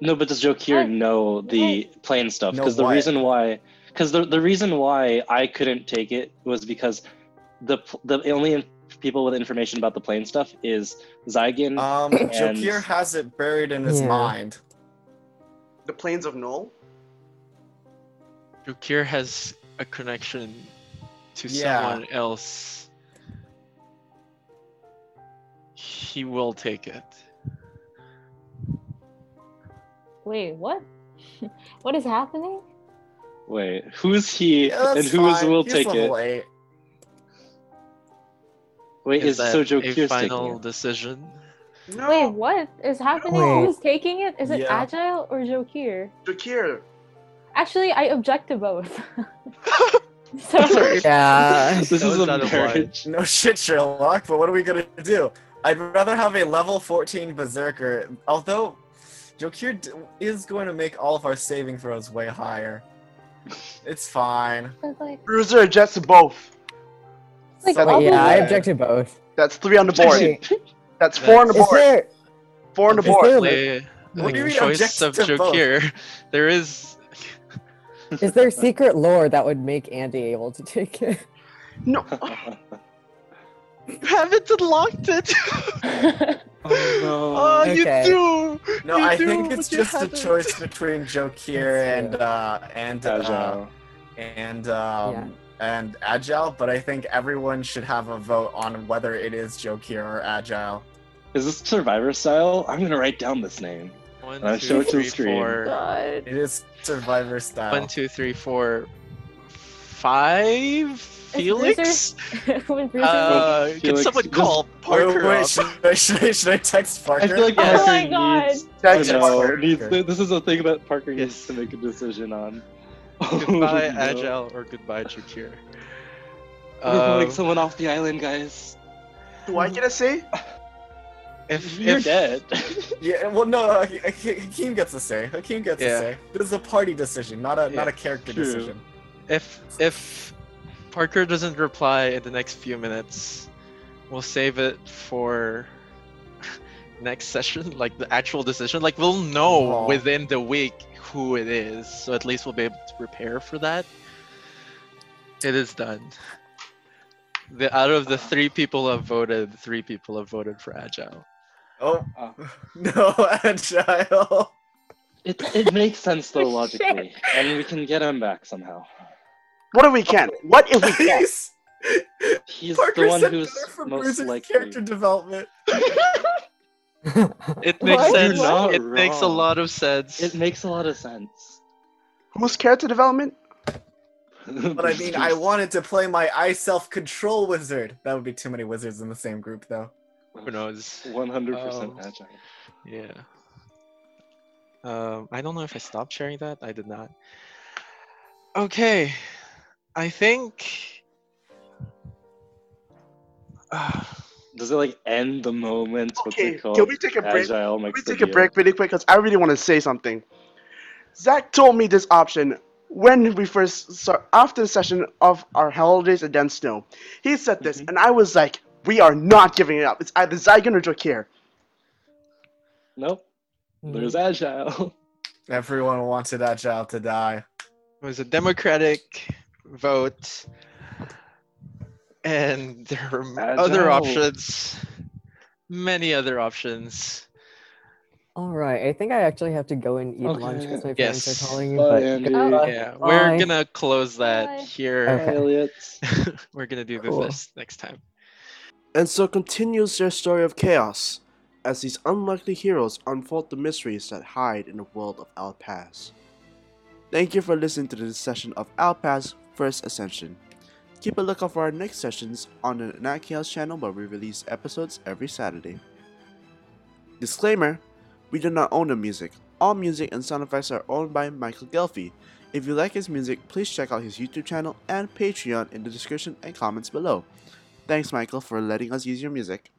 No, but does Jokir What? know the plane stuff? Know Because the what? reason why, because the, the reason why I couldn't take it was because the pl- the only in- people with information about the plane stuff is Zygon. Um, And- Jokir has it buried in his Yeah. mind. Oh, The plains of Null. Jokir has a connection to Yeah. someone else. He will take it. wait, what? what is happening? Wait, who's he Yeah, that's and who's fine. will He's take it? level Eight. Wait, is, that so a Jokir's final taking decision? No, Wait, what is happening? Wait. Who's taking it? Is it Yeah. Agile or Jokir? Jakir. Actually, I object to both. so, Sorry. Uh, Yeah. it? This That is was a out of line. marriage. No shit, Sherlock. But what are we gonna do? I'd rather have a level 14 berserker. Although, Jokir d- is going to make all of our saving throws way higher. It's fine. but like, Bruiser and Jets both. like Son of all Wait, a these- yeah, I bitch. object to both. That's three on the board. Wait, That's four on the is board. there? Four on the is board. there- Play What do you the mean choice objects of to both? Jokir. There is. Is there secret lore that would make Andy able to take it? No, Oh, You haven't unlocked it! oh no. oh, you Okay. do! No, You I do, think it's but you just a haven't. choice between Jokir That's and uh, and uh, Agile. and um, and Agile, but I think everyone should have a vote on whether it is Jokir or Agile. Is this Survivor style? I'm gonna write down this name. One, I show two, it to the three, screen. four. God. It is Survivor style. One, two, three, four, five? Bruiser- Felix? when Bruiser Uh, Felix can someone just- call Wait, Parker Oh, wait, up? should, I, should, I, should I text Parker? I feel like Oh Parker my God. needs. that's I know, Parker. needs to- this is a thing that Parker Yes. needs to make a decision on. Oh, goodbye no. agile or goodbye Jakir. We're pulling Um, someone off the island, guys. Do I get a say? if, You're if- dead. yeah, well, no, uh, Hak- Hakeem gets to say. Hakeem gets to Yeah. say. This is a party decision, not a not Yeah, a character true. decision. if if Parker doesn't reply in the next few minutes, we'll save it for next session, like the actual decision. Like we'll know Aw. within the week who it is, so at least we'll be able to prepare for that. It is done. The out of the three people have voted, three people have voted for agile. Oh Oh. no, Agile. It, it makes sense though Shit. logically, and we can get him back somehow. What if we can? What if we can? He's, He's Parker the one said who's better for most Bruce's likely. character development. It makes What? sense. You're not It makes a wrong. lot of sense. It makes a lot of sense. Who's character development? But I mean, I wanted to play my I self control wizard. That would be too many wizards in the same group, though. Who knows? One hundred percent Oh. agile. Yeah. Um, I don't know if I stopped sharing that. I did not. Okay. I think. uh, Does it like end the moment? What's Okay, it called? can we take a break? Agile Let me makes the take a deal. break really quick because I really want to say something. Zach told me this option when we first saw after the session of our holidays at Mm-hmm. Den Snow. He said this, and I was like, "We are not giving it up. It's either Zygon or Drakir." Nope. There's agile. Everyone wanted Agile to die. It was a democratic vote, and there were m- other Agile. options, many other options. All right, I think I actually have to go and eat lunch Okay. because my Yes. parents are calling me. Bye, But Andy. Oh. Yeah, we're Bye. gonna close that Bye. here. Elliot. we're gonna do Cool. this next time. And so continues their story of chaos as these unlikely heroes unfold the mysteries that hide in the world of Alpaz. Thank you for listening to this session of Alpaz First Ascension. Keep a lookout for our next sessions on the Nat Chaos channel where we release episodes every Saturday. Disclaimer We do not own the music. All music and sound effects are owned by Michael Gelfi. If you like his music, please check out his YouTube channel and Patreon in the description and comments below. Thanks, Michael, for letting us use your music.